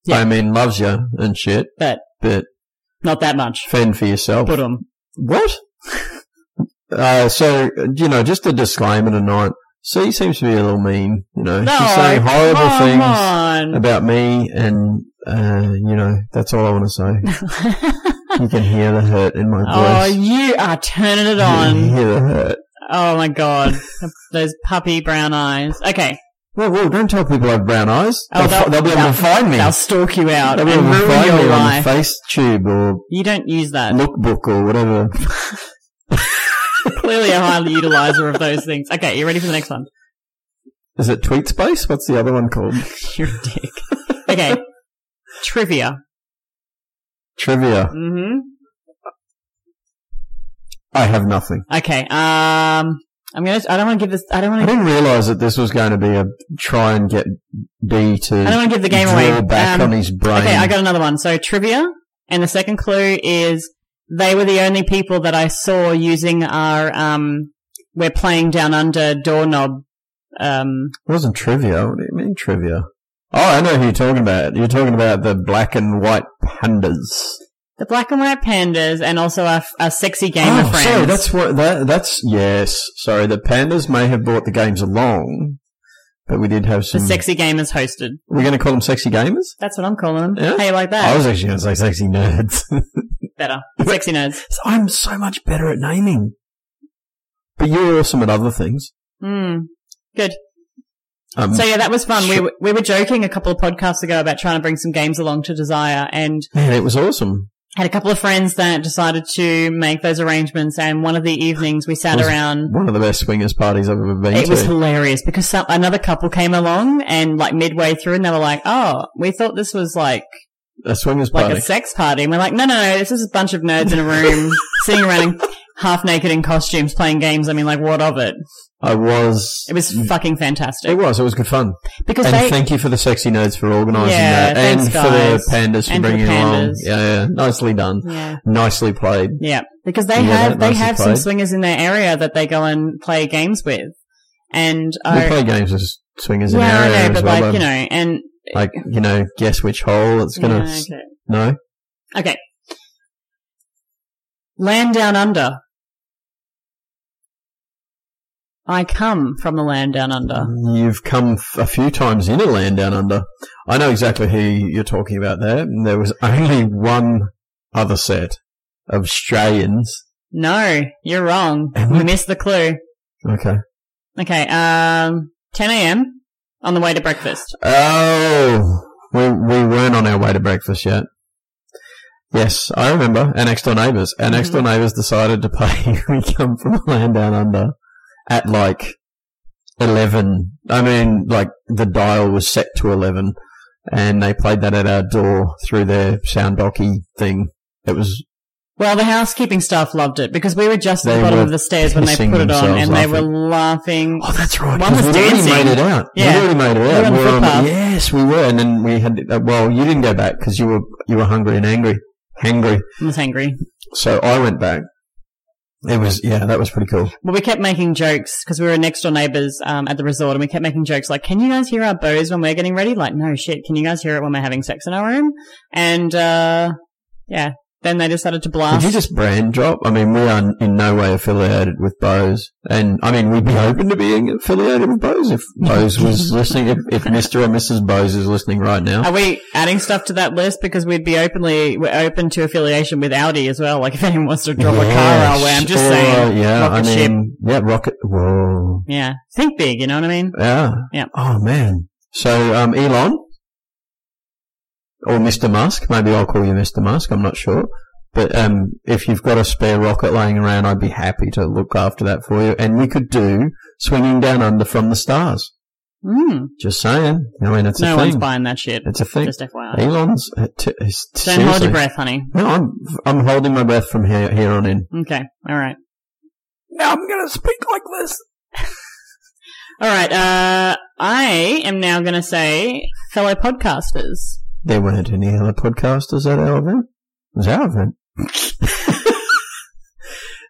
[SPEAKER 1] Yeah.
[SPEAKER 2] I mean, loves you and shit,
[SPEAKER 1] But
[SPEAKER 2] but
[SPEAKER 1] not that much.
[SPEAKER 2] fend for yourself.
[SPEAKER 1] Put 'em. [LAUGHS]
[SPEAKER 2] What? uh, so, you know, just a disclaimer tonight. So he seems to be a little mean, you know.
[SPEAKER 1] No,
[SPEAKER 2] She's saying horrible
[SPEAKER 1] come
[SPEAKER 2] things
[SPEAKER 1] on.
[SPEAKER 2] about me and, uh, you know, that's all I want to
[SPEAKER 1] [LAUGHS]
[SPEAKER 2] say. you can hear the hurt in my
[SPEAKER 1] oh,
[SPEAKER 2] voice.
[SPEAKER 1] you are turning it
[SPEAKER 2] You can
[SPEAKER 1] on.
[SPEAKER 2] hear the hurt.
[SPEAKER 1] Oh my god, those puppy brown eyes. Okay,
[SPEAKER 2] Well, well, don't tell people I have brown eyes.
[SPEAKER 1] Oh,
[SPEAKER 2] they'll,
[SPEAKER 1] they'll-
[SPEAKER 2] they'll be able to find me.
[SPEAKER 1] they'll stalk you out
[SPEAKER 2] They'll
[SPEAKER 1] and
[SPEAKER 2] be
[SPEAKER 1] ruin
[SPEAKER 2] able to find
[SPEAKER 1] your
[SPEAKER 2] me
[SPEAKER 1] life.
[SPEAKER 2] on FaceTube or
[SPEAKER 1] You don't use that.
[SPEAKER 2] Lookbook or
[SPEAKER 1] [LAUGHS]
[SPEAKER 2] whatever.
[SPEAKER 1] Clearly, a highly utilizer of those things. Okay, you ready for the next one?
[SPEAKER 2] Is it TweetSpace? What's the other one called?
[SPEAKER 1] [LAUGHS] You're a dick. Okay, trivia.
[SPEAKER 2] Trivia.
[SPEAKER 1] Mm-hmm.
[SPEAKER 2] I have nothing.
[SPEAKER 1] Okay. Um, I'm gonna. I don't want to give this. I don't
[SPEAKER 2] I
[SPEAKER 1] want to.
[SPEAKER 2] didn't realise that this was going to be a try and get B to
[SPEAKER 1] I don't want to give the game
[SPEAKER 2] draw
[SPEAKER 1] away.
[SPEAKER 2] back
[SPEAKER 1] Um,
[SPEAKER 2] on his brain.
[SPEAKER 1] okay, I got another one. So trivia, and the second clue is they were the only people that I saw using our um. We're playing down under doorknob. Um,
[SPEAKER 2] it wasn't trivia. What do you mean trivia? Oh, I know who you're talking about. You're talking about the black and white pandas.
[SPEAKER 1] the black and white pandas, and also our, our sexy gamer
[SPEAKER 2] oh,
[SPEAKER 1] friends.
[SPEAKER 2] sorry, that's what that, that's yes. Sorry, the pandas may have brought the games along, but we did have
[SPEAKER 1] the
[SPEAKER 2] some.
[SPEAKER 1] sexy gamers hosted.
[SPEAKER 2] We're going to call them sexy gamers.
[SPEAKER 1] That's what I'm calling them.
[SPEAKER 2] Yeah?
[SPEAKER 1] How you like
[SPEAKER 2] I
[SPEAKER 1] that?
[SPEAKER 2] was actually going to say sexy nerds. [LAUGHS]
[SPEAKER 1] Better. Sexy nerds.
[SPEAKER 2] I'm so much better at naming. But you're awesome at other things.
[SPEAKER 1] Mm. Good.
[SPEAKER 2] Um,
[SPEAKER 1] So yeah, that was fun. We
[SPEAKER 2] Sure.
[SPEAKER 1] were, we were joking a couple of podcasts ago about trying to bring some games along to Desire, and
[SPEAKER 2] man, it was awesome.
[SPEAKER 1] had a couple of friends that decided to make those arrangements. And one of the evenings we sat
[SPEAKER 2] Was-
[SPEAKER 1] around.
[SPEAKER 2] One of the best swingers parties I've ever been
[SPEAKER 1] It
[SPEAKER 2] to.
[SPEAKER 1] was hilarious because some, another couple came along and like midway through, and they were like, "Oh, we thought this was like
[SPEAKER 2] a swingers
[SPEAKER 1] like
[SPEAKER 2] party.
[SPEAKER 1] a sex party," and we're like, "No, no, no, this is a bunch of nerds in
[SPEAKER 2] [LAUGHS]
[SPEAKER 1] a room sitting around." In- Half naked in costumes playing games. I mean, like, what of it?
[SPEAKER 2] I was.
[SPEAKER 1] It was fucking fantastic.
[SPEAKER 2] It was. It was good fun.
[SPEAKER 1] Because
[SPEAKER 2] And
[SPEAKER 1] they,
[SPEAKER 2] thank you for the sexy nerds for organising
[SPEAKER 1] Yeah,
[SPEAKER 2] that, and
[SPEAKER 1] thanks, guys.
[SPEAKER 2] for the pandas for
[SPEAKER 1] And for
[SPEAKER 2] bringing
[SPEAKER 1] the
[SPEAKER 2] it along.
[SPEAKER 1] pandas.
[SPEAKER 2] Yeah, yeah, nicely done.
[SPEAKER 1] yeah.
[SPEAKER 2] Nicely played.
[SPEAKER 1] Yeah, because they
[SPEAKER 2] You know
[SPEAKER 1] have
[SPEAKER 2] that
[SPEAKER 1] they
[SPEAKER 2] nicely
[SPEAKER 1] have some
[SPEAKER 2] played.
[SPEAKER 1] swingers in their area that they go and play games with, and
[SPEAKER 2] we
[SPEAKER 1] I
[SPEAKER 2] play games with swingers
[SPEAKER 1] well,
[SPEAKER 2] in our
[SPEAKER 1] I
[SPEAKER 2] area
[SPEAKER 1] know,
[SPEAKER 2] as
[SPEAKER 1] but
[SPEAKER 2] well.
[SPEAKER 1] like
[SPEAKER 2] but,
[SPEAKER 1] you know, and
[SPEAKER 2] like you know, guess which hole it's gonna.
[SPEAKER 1] yeah,
[SPEAKER 2] s-
[SPEAKER 1] okay.
[SPEAKER 2] No,
[SPEAKER 1] okay, land down under. I come from the land down under.
[SPEAKER 2] you've come f- a few times in a land down under. I know exactly who you're talking about there. and There was only one other set of Australians.
[SPEAKER 1] No,
[SPEAKER 2] [LAUGHS]
[SPEAKER 1] you're wrong.
[SPEAKER 2] Am
[SPEAKER 1] You
[SPEAKER 2] I-
[SPEAKER 1] missed the clue.
[SPEAKER 2] Okay.
[SPEAKER 1] Okay, um, 10 a.m. on the way to breakfast.
[SPEAKER 2] Oh, we, we weren't on our way to breakfast yet. Yes, I remember. Our next door neighbours. Our next
[SPEAKER 1] Mm-hmm.
[SPEAKER 2] door neighbours decided to pay. [LAUGHS] we come from a land down under at like 11. I mean, like the dial was set to 11 and they played that at our door through their sound docky thing. It was,
[SPEAKER 1] Well, the housekeeping staff loved it because we were just at the
[SPEAKER 2] They
[SPEAKER 1] bottom
[SPEAKER 2] were
[SPEAKER 1] of the stairs when they
[SPEAKER 2] pissing
[SPEAKER 1] put it on,
[SPEAKER 2] themselves
[SPEAKER 1] and they were laughing.
[SPEAKER 2] oh, that's right.
[SPEAKER 1] One
[SPEAKER 2] 'cause
[SPEAKER 1] was
[SPEAKER 2] we'd already
[SPEAKER 1] dancing.
[SPEAKER 2] made it out.
[SPEAKER 1] Yeah.
[SPEAKER 2] We'd already made it
[SPEAKER 1] were
[SPEAKER 2] out.
[SPEAKER 1] on the
[SPEAKER 2] We were on-
[SPEAKER 1] footpath.
[SPEAKER 2] yes, we were. And then we had, uh, well, you didn't go back because you were, you were hungry and angry. Hangry.
[SPEAKER 1] I was angry.
[SPEAKER 2] So I went back. It was yeah, that was pretty cool.
[SPEAKER 1] Well, we kept making jokes because we were next door neighbors um, at the resort, and we kept making jokes like, "Can you guys hear our bows when we're getting ready?" Like, "No shit, can you guys hear it when we're having sex in our room?" And uh, yeah, then they decided to
[SPEAKER 2] Did
[SPEAKER 1] blast.
[SPEAKER 2] you just brand drop? I mean, we are in no way affiliated with Bose, and I mean, we'd be open to being affiliated with Bose if Bose
[SPEAKER 1] [LAUGHS]
[SPEAKER 2] was listening. If, if Mister or Mrs. Bose is listening right now, [LAUGHS]
[SPEAKER 1] Are we adding stuff to that list because we'd be openly we're open to affiliation with Audi as well? Like, if anyone wants to drop a car our way, I'm just
[SPEAKER 2] Or,
[SPEAKER 1] saying,
[SPEAKER 2] Yeah, I
[SPEAKER 1] rocket ship.
[SPEAKER 2] mean, yeah, rocket. Whoa,
[SPEAKER 1] yeah, think big. You know what I mean?
[SPEAKER 2] yeah,
[SPEAKER 1] Yeah.
[SPEAKER 2] Oh man. So um, Elon or Mister Musk, maybe I'll call you Mister Musk. I'm not sure. But um, if you've got a spare rocket laying around, I'd be happy to look after that for you. And we could do swinging down under from the stars.
[SPEAKER 1] Mm.
[SPEAKER 2] Just saying. I mean, it's
[SPEAKER 1] No
[SPEAKER 2] a
[SPEAKER 1] one's
[SPEAKER 2] thing.
[SPEAKER 1] buying that shit.
[SPEAKER 2] It's a thing.
[SPEAKER 1] Just FYI.
[SPEAKER 2] Elon's. uh, T- is-
[SPEAKER 1] Don't hold
[SPEAKER 2] seriously.
[SPEAKER 1] your breath, honey.
[SPEAKER 2] No, I'm, I'm holding my breath from here, here on in.
[SPEAKER 1] Okay. All right.
[SPEAKER 2] Now I'm going to speak like this.
[SPEAKER 1] [LAUGHS] All right. Uh, I am now going to say fellow podcasters.
[SPEAKER 2] There weren't any other podcasters at our event. It was our event. [LAUGHS]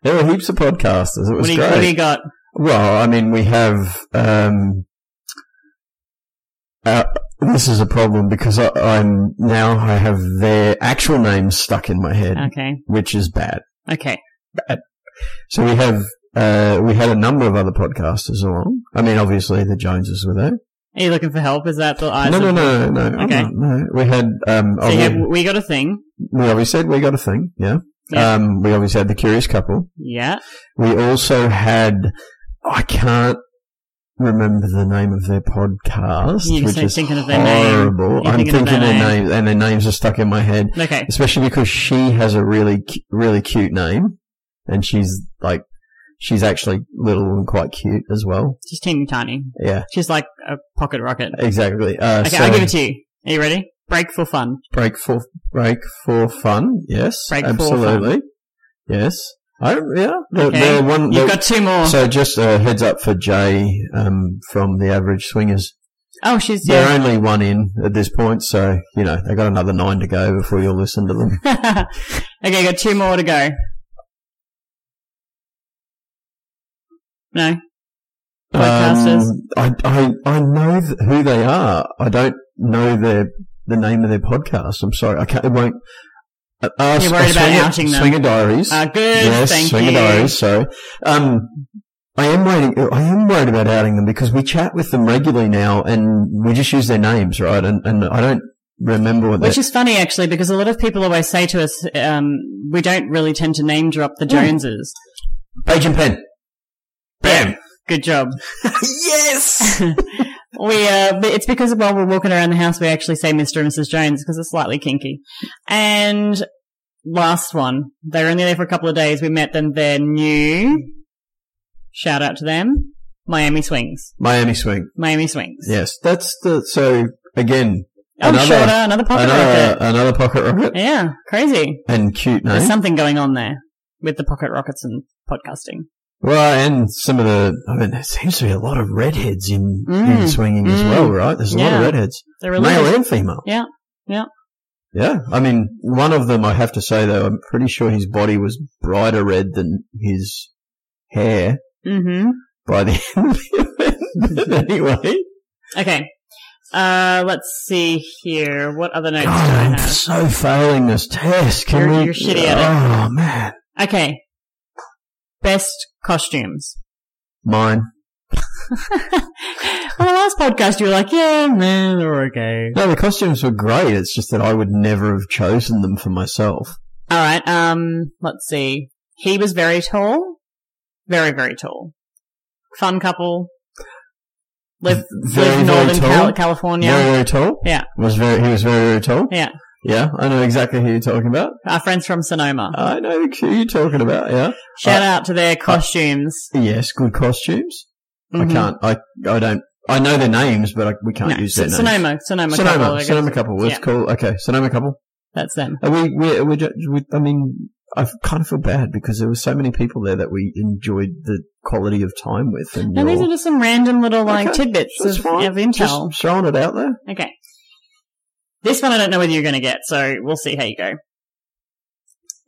[SPEAKER 2] there were heaps of podcasters. It was
[SPEAKER 1] What do, you,
[SPEAKER 2] great.
[SPEAKER 1] what do you got?
[SPEAKER 2] Well, I mean, we have. Um, uh, this is a problem because I, I'm now I have their actual names stuck in my head,
[SPEAKER 1] Okay.
[SPEAKER 2] which is bad.
[SPEAKER 1] Okay.
[SPEAKER 2] So we have uh, we had a number of other podcasters along. I mean, obviously the Joneses were there.
[SPEAKER 1] Are you looking for help? Is that the eyes?
[SPEAKER 2] no,
[SPEAKER 1] of-
[SPEAKER 2] no, no, no, no. I'm
[SPEAKER 1] Okay.
[SPEAKER 2] not, no. We had. Um,
[SPEAKER 1] So you
[SPEAKER 2] obvi-
[SPEAKER 1] have, we got a thing.
[SPEAKER 2] we obviously had. We got a thing. Yeah.
[SPEAKER 1] Yeah.
[SPEAKER 2] Um, we obviously had the Curious Couple.
[SPEAKER 1] Yeah.
[SPEAKER 2] We also had. I can't remember the name of their podcast,
[SPEAKER 1] You're
[SPEAKER 2] which
[SPEAKER 1] so
[SPEAKER 2] is
[SPEAKER 1] thinking of their name.
[SPEAKER 2] horrible.
[SPEAKER 1] You're
[SPEAKER 2] I'm
[SPEAKER 1] thinking
[SPEAKER 2] thinking
[SPEAKER 1] of their
[SPEAKER 2] their
[SPEAKER 1] name.
[SPEAKER 2] names, and their names are stuck in my head,
[SPEAKER 1] Okay.
[SPEAKER 2] especially because she has a really, cu- really cute name, and she's like, she's actually little and quite cute as well.
[SPEAKER 1] She's teeny tiny.
[SPEAKER 2] Yeah,
[SPEAKER 1] She's like a pocket rocket.
[SPEAKER 2] exactly. Uh,
[SPEAKER 1] Okay,
[SPEAKER 2] so
[SPEAKER 1] I'll give it to you. Are you ready? Break for fun.
[SPEAKER 2] break for break for fun. Yes,
[SPEAKER 1] Break for
[SPEAKER 2] absolutely. Yes, I yeah. The,
[SPEAKER 1] Okay.
[SPEAKER 2] the one
[SPEAKER 1] You've
[SPEAKER 2] the-
[SPEAKER 1] got two more.
[SPEAKER 2] So just a heads up for Jay um, from the Average Swingers.
[SPEAKER 1] oh, she's
[SPEAKER 2] They're
[SPEAKER 1] yeah.
[SPEAKER 2] only one in at this point, so you know they got another nine to go before you'll listen to them.
[SPEAKER 1] okay, got two more to go. No. Podcasters.
[SPEAKER 2] Um, I, I I know th- who they are. I don't know their the name of their podcast. I'm sorry, I can't. It won't. Uh, uh,
[SPEAKER 1] You're worried
[SPEAKER 2] uh,
[SPEAKER 1] about
[SPEAKER 2] Swinger,
[SPEAKER 1] outing them.
[SPEAKER 2] Swinger Diaries.
[SPEAKER 1] Ah, good.
[SPEAKER 2] yes,
[SPEAKER 1] thank
[SPEAKER 2] Swinger
[SPEAKER 1] you.
[SPEAKER 2] Diaries. So, um, I am waiting. I am worried about outing them because we chat with them regularly now, and we just use their names, right? And and I don't remember what
[SPEAKER 1] Which
[SPEAKER 2] they.
[SPEAKER 1] is funny actually, because a lot of people always say to us, um, we don't really tend to name drop the Joneses.
[SPEAKER 2] Page and pen. Bam.
[SPEAKER 1] Good job.
[SPEAKER 2] yes.
[SPEAKER 1] We, uh, but it's because while we're walking around the house, we actually say Mr. and Mrs. Jones because it's slightly kinky. And last one, they were only there for a couple of days. We met them. They're new. Shout out to them. Miami Swings.
[SPEAKER 2] Miami Swing.
[SPEAKER 1] Miami Swings.
[SPEAKER 2] Yes, that's the so again
[SPEAKER 1] Oh,
[SPEAKER 2] Another-
[SPEAKER 1] shorter, another pocket
[SPEAKER 2] another
[SPEAKER 1] rocket.
[SPEAKER 2] another pocket rocket
[SPEAKER 1] Yeah, crazy.
[SPEAKER 2] and cute name.
[SPEAKER 1] There's something going on there with the pocket rockets and podcasting.
[SPEAKER 2] Well, and some of the, I mean, there seems to be a lot of redheads in,
[SPEAKER 1] Mm.
[SPEAKER 2] in swinging as
[SPEAKER 1] Mm.
[SPEAKER 2] well, right? There's a lot
[SPEAKER 1] Yeah.
[SPEAKER 2] of redheads,
[SPEAKER 1] They're
[SPEAKER 2] male
[SPEAKER 1] really
[SPEAKER 2] and female.
[SPEAKER 1] Yeah. Yeah.
[SPEAKER 2] Yeah. I mean, one of them, I have to say though, I'm pretty sure his body was brighter red than his hair
[SPEAKER 1] Mm-hmm.
[SPEAKER 2] by the [LAUGHS] end of the event.
[SPEAKER 1] [LAUGHS]
[SPEAKER 2] anyway.
[SPEAKER 1] Okay. Uh, let's see here. What other notes do I
[SPEAKER 2] God, I'm
[SPEAKER 1] have?
[SPEAKER 2] so failing this test. Can
[SPEAKER 1] You're-
[SPEAKER 2] we,
[SPEAKER 1] you're shitty at
[SPEAKER 2] at it. Oh man.
[SPEAKER 1] Okay. Best costumes.
[SPEAKER 2] Mine.
[SPEAKER 1] On the last podcast, you were like, yeah, man, they're okay.
[SPEAKER 2] No, the costumes were great. It's just that I would never have chosen them for myself.
[SPEAKER 1] All right. Um, let's see. He was very tall. Very, very tall. Fun couple. Live,
[SPEAKER 2] Very, very
[SPEAKER 1] live Northern
[SPEAKER 2] tall.
[SPEAKER 1] Cal- California.
[SPEAKER 2] Very, very tall.
[SPEAKER 1] Yeah.
[SPEAKER 2] Was very, he was very, very tall.
[SPEAKER 1] Yeah.
[SPEAKER 2] Yeah, I know exactly who you're talking about.
[SPEAKER 1] Our friends from Sonoma.
[SPEAKER 2] I know who you're talking about, yeah. Uh,
[SPEAKER 1] Shout out to their costumes.
[SPEAKER 2] Yes, good costumes.
[SPEAKER 1] Mhm.
[SPEAKER 2] I can't, I, I don't, I know their names, but I, we can't
[SPEAKER 1] No,
[SPEAKER 2] use their
[SPEAKER 1] S-
[SPEAKER 2] names.
[SPEAKER 1] Sonoma. Sonoma. couple, I guess.
[SPEAKER 2] Sonoma couple. Let's
[SPEAKER 1] Yeah.
[SPEAKER 2] call, okay, Sonoma couple.
[SPEAKER 1] That's them.
[SPEAKER 2] Are we, we, we, ju- we, I mean, I kind of feel bad because there were so many people there that we enjoyed the quality of time with. And
[SPEAKER 1] And
[SPEAKER 2] you're-
[SPEAKER 1] these are just some random little like
[SPEAKER 2] Okay,
[SPEAKER 1] tidbits
[SPEAKER 2] that's
[SPEAKER 1] of,
[SPEAKER 2] fine.
[SPEAKER 1] of intel.
[SPEAKER 2] Just throwing it out there.
[SPEAKER 1] Okay. This one I don't know whether you're going to get, so we'll see how you go.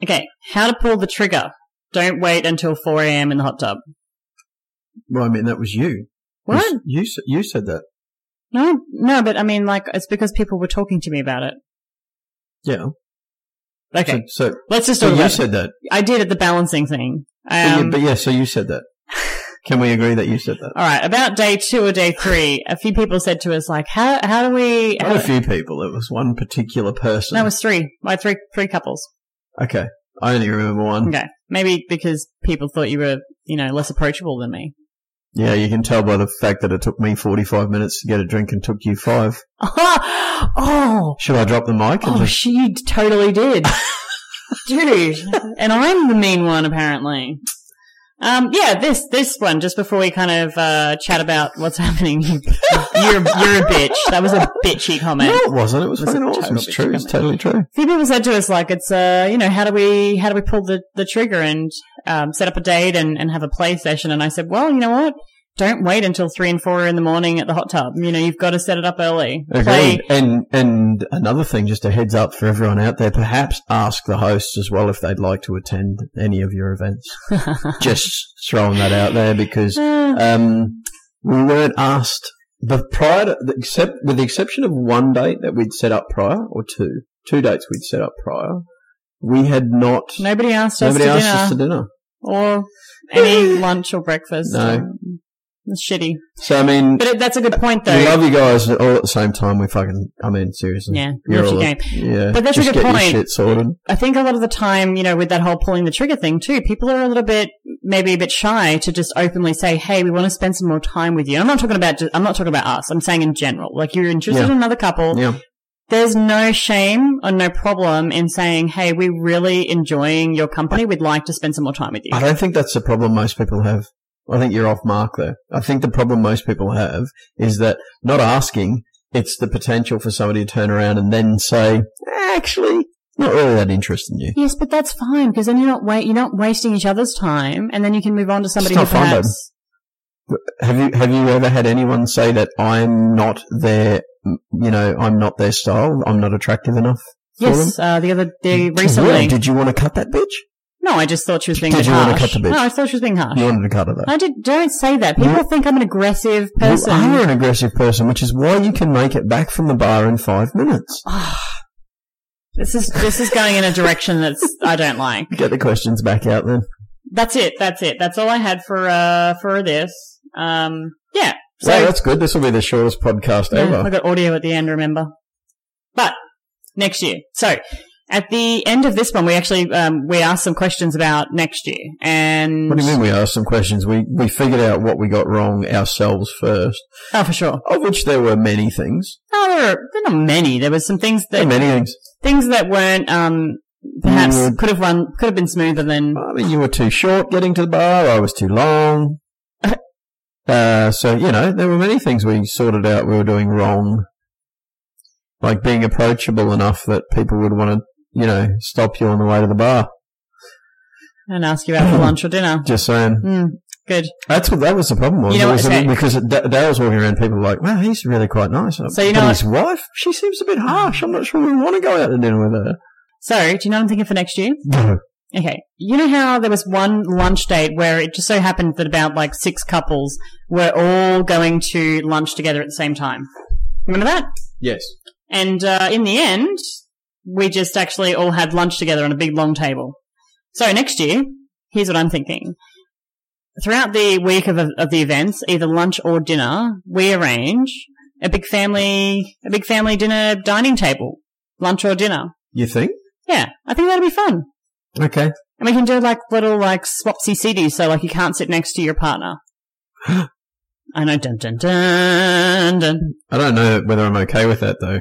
[SPEAKER 1] Okay. How to pull the trigger. Don't wait until 4 a.m. in the hot tub.
[SPEAKER 2] Well, I mean, that was you. You s-
[SPEAKER 1] What?
[SPEAKER 2] You, s- you said that.
[SPEAKER 1] No, no, but I mean, like, it's because people were talking to me about it.
[SPEAKER 2] Yeah.
[SPEAKER 1] Okay.
[SPEAKER 2] So, so,
[SPEAKER 1] Let's just
[SPEAKER 2] so
[SPEAKER 1] talk
[SPEAKER 2] you
[SPEAKER 1] about it.
[SPEAKER 2] said that.
[SPEAKER 1] I did at the balancing thing.
[SPEAKER 2] But yeah-
[SPEAKER 1] Um,
[SPEAKER 2] but yeah, so you said
[SPEAKER 1] [LAUGHS]
[SPEAKER 2] that. Can we agree that you said that?
[SPEAKER 1] all right. About day two or day three, a few people said to us, like, how, how do we,
[SPEAKER 2] Not
[SPEAKER 1] how,
[SPEAKER 2] a few people. It was one particular person.
[SPEAKER 1] no, it was three, my three, three couples.
[SPEAKER 2] okay, I only remember one.
[SPEAKER 1] Okay. Maybe because people thought you were, you know, less approachable than me.
[SPEAKER 2] Yeah, you can tell by the fact that it took me forty-five minutes to get a drink and took you five.
[SPEAKER 1] oh,
[SPEAKER 2] Should I drop the mic? And
[SPEAKER 1] Oh,
[SPEAKER 2] just...
[SPEAKER 1] she you totally did, dude. [LAUGHS] And I'm the mean one, apparently. Um, yeah, this this one just before we kind of uh, chat about what's [LAUGHS] happening. You you're you're a bitch. That was a bitchy
[SPEAKER 2] [LAUGHS]
[SPEAKER 1] comment.
[SPEAKER 2] No, it wasn't. It was,
[SPEAKER 1] Was it
[SPEAKER 2] fucking
[SPEAKER 1] total
[SPEAKER 2] awesome. It's
[SPEAKER 1] bitch
[SPEAKER 2] true. It's
[SPEAKER 1] comment?
[SPEAKER 2] totally true.
[SPEAKER 1] few people said to us like it's uh you know how do we how do we pull the the trigger and um, set up a date and and have a play session and i said well you know what don't wait until three and four in the morning at the hot tub you know you've got to set it up early play
[SPEAKER 2] Agreed. And and another thing, just a heads up for everyone out there, perhaps ask the hosts as well if they'd like to attend any of your
[SPEAKER 1] [LAUGHS]
[SPEAKER 2] events. [LAUGHS] just throwing that out there
[SPEAKER 1] [SIGHS]
[SPEAKER 2] because
[SPEAKER 1] Uh,
[SPEAKER 2] um, we weren't asked. The prior, to, the- except with the exception of one date that we'd set up prior, or two, two dates we'd set up prior, we had not.
[SPEAKER 1] nobody asked
[SPEAKER 2] nobody
[SPEAKER 1] us to
[SPEAKER 2] asked us to
[SPEAKER 1] dinner
[SPEAKER 2] dinner.
[SPEAKER 1] or any lunch or breakfast
[SPEAKER 2] No.
[SPEAKER 1] Um, it's shitty
[SPEAKER 2] So I mean,
[SPEAKER 1] but it, that's a good point though
[SPEAKER 2] we love you guys all at the same time. We fucking, I mean, seriously.
[SPEAKER 1] yeah
[SPEAKER 2] You're
[SPEAKER 1] lift your
[SPEAKER 2] all-
[SPEAKER 1] game
[SPEAKER 2] Yeah,
[SPEAKER 1] But that's a
[SPEAKER 2] just
[SPEAKER 1] good
[SPEAKER 2] get
[SPEAKER 1] point.
[SPEAKER 2] your shit sorted.
[SPEAKER 1] I think a lot of the time, you know, with that whole pulling the trigger thing too, people are a little bit, maybe a bit shy to just openly say, Hey, we want to spend some more time with you. I'm not talking about, ju- I'm not talking about us. I'm saying in general, like you're interested
[SPEAKER 2] Yeah.
[SPEAKER 1] in another couple.
[SPEAKER 2] Yeah,
[SPEAKER 1] There's no shame or no problem in saying, Hey, we're really enjoying your company. We'd like to spend some more time with you.
[SPEAKER 2] I don't think that's the problem most people have. I think you're off mark there. I think the problem most people have is that not asking, it's the potential for somebody to turn around and then say, actually, not really that interested in you.
[SPEAKER 1] Yes, but that's fine because then you're not wait, you're not wasting each other's time and then you can move on to somebody who
[SPEAKER 2] not fun, though.
[SPEAKER 1] perhaps.
[SPEAKER 2] Have you have you ever had anyone say that I'm not their, you know, I'm not their style, I'm not attractive enough? for
[SPEAKER 1] Yes, uh, the other day recently.
[SPEAKER 2] [LAUGHS] Really? Did you want to cut that bitch?
[SPEAKER 1] No, I just thought she was being
[SPEAKER 2] Did
[SPEAKER 1] a bit
[SPEAKER 2] you wanna
[SPEAKER 1] harsh.
[SPEAKER 2] cut the bitch?
[SPEAKER 1] No, I thought she was being harsh.
[SPEAKER 2] You wanted to cut her though.
[SPEAKER 1] Ah. I did, don't say that. People
[SPEAKER 2] You-
[SPEAKER 1] think I'm an aggressive
[SPEAKER 2] You
[SPEAKER 1] person.
[SPEAKER 2] are an aggressive person, which is why you can make it back from the bar in five minutes.
[SPEAKER 1] this is this is going in a direction that's I don't like.
[SPEAKER 2] Get the questions back out then.
[SPEAKER 1] That's it. That's it. That's all I had for uh for this. Um, yeah. So
[SPEAKER 2] wow, that's good. This will be the shortest podcast
[SPEAKER 1] yeah, I
[SPEAKER 2] ever.
[SPEAKER 1] got audio at the end. Remember, but next year. So at the end of this one, we actually um, we asked some questions about next year. And
[SPEAKER 2] What do you mean we asked some questions? We, we figured out what we got wrong ourselves first,
[SPEAKER 1] Oh, for sure.
[SPEAKER 2] of which there were many things.
[SPEAKER 1] No, there were there were not many. There was some things
[SPEAKER 2] There
[SPEAKER 1] that
[SPEAKER 2] were many things.
[SPEAKER 1] things that weren't um perhaps
[SPEAKER 2] Mm.
[SPEAKER 1] could have run could have been smoother than.
[SPEAKER 2] I mean, you were too short getting to the bar. I was too
[SPEAKER 1] [LAUGHS]
[SPEAKER 2] long. Uh, so, you know, there were many things we sorted out we were doing wrong. Like being approachable enough that people would want to, you know, stop you on the way to the bar.
[SPEAKER 1] and ask you out for lunch or dinner.
[SPEAKER 2] Just saying.
[SPEAKER 1] Mm, good.
[SPEAKER 2] That's what that was the problem. Was
[SPEAKER 1] You know
[SPEAKER 2] it
[SPEAKER 1] what,
[SPEAKER 2] was
[SPEAKER 1] so-
[SPEAKER 2] because it, D- Dale was walking around, people were like, "Wow, he's really quite nice."
[SPEAKER 1] So you
[SPEAKER 2] but
[SPEAKER 1] know
[SPEAKER 2] his wife, she seems a bit harsh. I'm not sure we want to go out to dinner with
[SPEAKER 1] So, do you know what I'm thinking for next year?
[SPEAKER 2] her.
[SPEAKER 1] Okay. You know how there was one lunch date where it just so happened that about like six couples were all going to lunch together at the same time? Remember that?
[SPEAKER 2] yes,
[SPEAKER 1] And uh, in the end, we just actually all had lunch together on a big long table. So next year, here's what I'm thinking. Throughout the week of, of the events, either lunch or dinner, we arrange a big family, a big family dinner dining table, lunch or dinner.
[SPEAKER 2] you think?
[SPEAKER 1] Yeah, I think that'll be fun.
[SPEAKER 2] Okay,
[SPEAKER 1] And we can do like little like swapsy CDs, so like you can't sit next to your partner. [GASPS] I know, dun dun dun dun.
[SPEAKER 2] I don't know whether I'm okay with that though.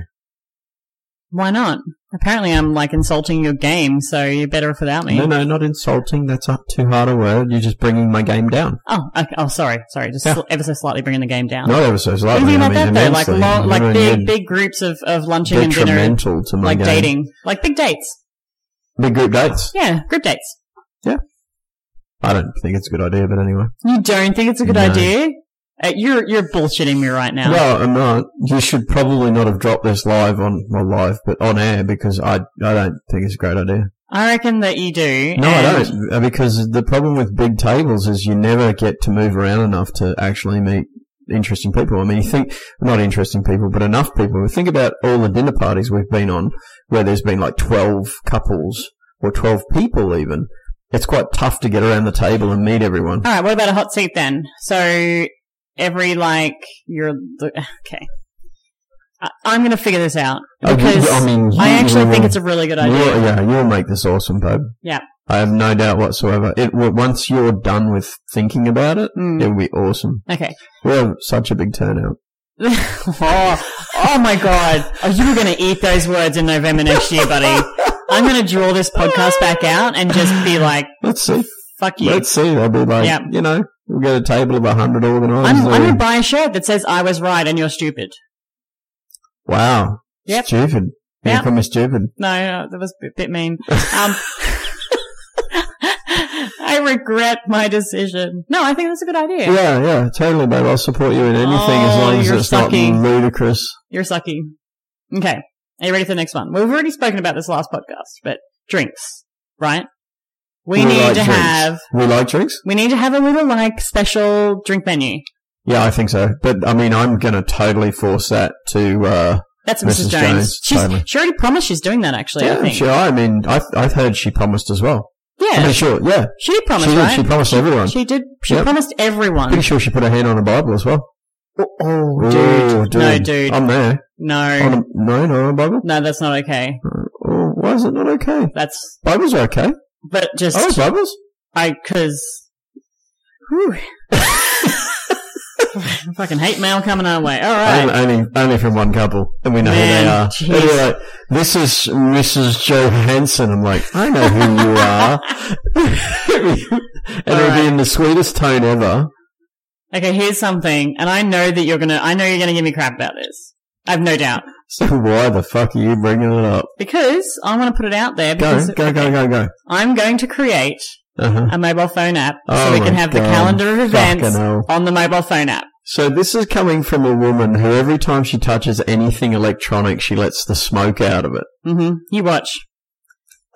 [SPEAKER 1] Why not? Apparently, I'm like insulting your game, so you're better off without me.
[SPEAKER 2] No, no, not insulting. That's up too hard a word. You're just bringing my game down.
[SPEAKER 1] Oh, okay. oh, sorry, sorry. Just
[SPEAKER 2] Yeah.
[SPEAKER 1] sl- ever so slightly bringing the game down.
[SPEAKER 2] Not ever so
[SPEAKER 1] What do you
[SPEAKER 2] slightly.
[SPEAKER 1] think
[SPEAKER 2] I
[SPEAKER 1] about
[SPEAKER 2] mean,
[SPEAKER 1] that though? Like,
[SPEAKER 2] immensely.
[SPEAKER 1] long,
[SPEAKER 2] I
[SPEAKER 1] like
[SPEAKER 2] mean,
[SPEAKER 1] big,
[SPEAKER 2] you're
[SPEAKER 1] big groups of, of lunching and dinner,
[SPEAKER 2] detrimental to my
[SPEAKER 1] like
[SPEAKER 2] game.
[SPEAKER 1] dating, like big dates.
[SPEAKER 2] big group dates.
[SPEAKER 1] Yeah, group dates.
[SPEAKER 2] I don't think it's a good idea, but anyway.
[SPEAKER 1] You don't think it's a good
[SPEAKER 2] No.
[SPEAKER 1] idea? Uh, you're you're bullshitting me right now.
[SPEAKER 2] No, I'm not. You should probably not have dropped this live on, well, live, but on air because I, I don't think it's a great idea.
[SPEAKER 1] I reckon that you do.
[SPEAKER 2] No, I
[SPEAKER 1] and-
[SPEAKER 2] don't. uh, Because the problem with big tables is you never get to move around enough to actually meet interesting people. I mean, you think, not interesting people, but enough people. Think about all the dinner parties we've been on where there's been like 12 couples or 12 people even. It's quite tough to get around the table and meet everyone.
[SPEAKER 1] All right, what about a hot seat then? So every like you're [SIGHS] okay. I, I'm going to figure this out
[SPEAKER 2] Uh, I mean,
[SPEAKER 1] because I,
[SPEAKER 2] mean, you
[SPEAKER 1] actually think
[SPEAKER 2] will-
[SPEAKER 1] it's a really good
[SPEAKER 2] You'll-
[SPEAKER 1] idea.
[SPEAKER 2] yeah, you'll make this awesome, babe.
[SPEAKER 1] Yeah.
[SPEAKER 2] I have no doubt whatsoever. It will, once you're done with thinking about it,
[SPEAKER 1] Mm.
[SPEAKER 2] it will be awesome.
[SPEAKER 1] Okay.
[SPEAKER 2] We'll have such a big turnout.
[SPEAKER 1] [LAUGHS] oh, oh my god, oh, you were going to eat those words in November next year, buddy. I'm going to draw this podcast back out and just be like,
[SPEAKER 2] Let's see.
[SPEAKER 1] "Fuck you."
[SPEAKER 2] Let's see. They'll be like,
[SPEAKER 1] Yeah.
[SPEAKER 2] you know, We'll get a table of 100 organised.
[SPEAKER 1] I'm, I'm
[SPEAKER 2] and-
[SPEAKER 1] going to buy a shirt that says I was right and you're stupid.
[SPEAKER 2] wow.
[SPEAKER 1] Yep.
[SPEAKER 2] Stupid.
[SPEAKER 1] Yeah.
[SPEAKER 2] Here comes stupid.
[SPEAKER 1] No, uh, that was a bit- bit mean. Um, [LAUGHS] I regret my decision. No, I think that's a good idea.
[SPEAKER 2] Yeah, yeah, totally, babe. I'll support you in anything as
[SPEAKER 1] Oh,
[SPEAKER 2] long as
[SPEAKER 1] you're
[SPEAKER 2] it's
[SPEAKER 1] sucky.
[SPEAKER 2] not ludicrous.
[SPEAKER 1] You're sucky. Okay. Are you ready for the next one? We've already spoken about this last podcast, but drinks, right? We
[SPEAKER 2] We
[SPEAKER 1] need
[SPEAKER 2] like
[SPEAKER 1] to
[SPEAKER 2] drinks.
[SPEAKER 1] have,
[SPEAKER 2] We like drinks?
[SPEAKER 1] we need to have a little like special drink menu.
[SPEAKER 2] Yeah, I think so. But I mean, I'm going to totally force that to, uh,
[SPEAKER 1] That's
[SPEAKER 2] Mrs.
[SPEAKER 1] Mrs. Jones.
[SPEAKER 2] Jones,
[SPEAKER 1] She's,
[SPEAKER 2] totally.
[SPEAKER 1] She already promised she's doing that actually, I
[SPEAKER 2] yeah,
[SPEAKER 1] think.
[SPEAKER 2] sure. I mean, I've, I've heard she promised as well. I
[SPEAKER 1] yeah.
[SPEAKER 2] mean, sure, yeah.
[SPEAKER 1] She did promise,
[SPEAKER 2] she, did.
[SPEAKER 1] right?
[SPEAKER 2] she promised everyone.
[SPEAKER 1] She did. She
[SPEAKER 2] Yep.
[SPEAKER 1] promised everyone.
[SPEAKER 2] Pretty sure she put her hand on a Bible as well.
[SPEAKER 1] Oh, oh,
[SPEAKER 2] Ooh,
[SPEAKER 1] dude. No, dude.
[SPEAKER 2] I'm there. On
[SPEAKER 1] no.
[SPEAKER 2] a, no, no, a Bible.
[SPEAKER 1] No, that's not okay.
[SPEAKER 2] Oh, why is it not okay?
[SPEAKER 1] That's,
[SPEAKER 2] Bibles are okay. Oh,
[SPEAKER 1] but just,
[SPEAKER 2] I like Bibles.
[SPEAKER 1] I, cause, whew. [LAUGHS] fucking hate mail coming our way. All right.
[SPEAKER 2] Only, only, only from one couple, and we know who
[SPEAKER 1] Man,
[SPEAKER 2] they are. And
[SPEAKER 1] jeez.
[SPEAKER 2] you're like, this is Mrs. Johansson. I'm like, I know who you are. [LAUGHS] and it'll be in the sweetest tone ever.
[SPEAKER 1] Okay, here's something, and I know that you're gonna, I know you're gonna give me crap about this. I've no doubt.
[SPEAKER 2] So why the fuck are you bringing it up?
[SPEAKER 1] Because I want to put it out there
[SPEAKER 2] Go,
[SPEAKER 1] because
[SPEAKER 2] go, go, go, go.
[SPEAKER 1] I'm going to create
[SPEAKER 2] Uh-huh.
[SPEAKER 1] a mobile phone app
[SPEAKER 2] Oh
[SPEAKER 1] so we
[SPEAKER 2] my
[SPEAKER 1] can have the
[SPEAKER 2] God.
[SPEAKER 1] calendar of events
[SPEAKER 2] Fucking hell.
[SPEAKER 1] on the mobile phone app.
[SPEAKER 2] So this is coming from a woman who every time she touches anything electronic, she lets the smoke out of it.
[SPEAKER 1] hmm You watch.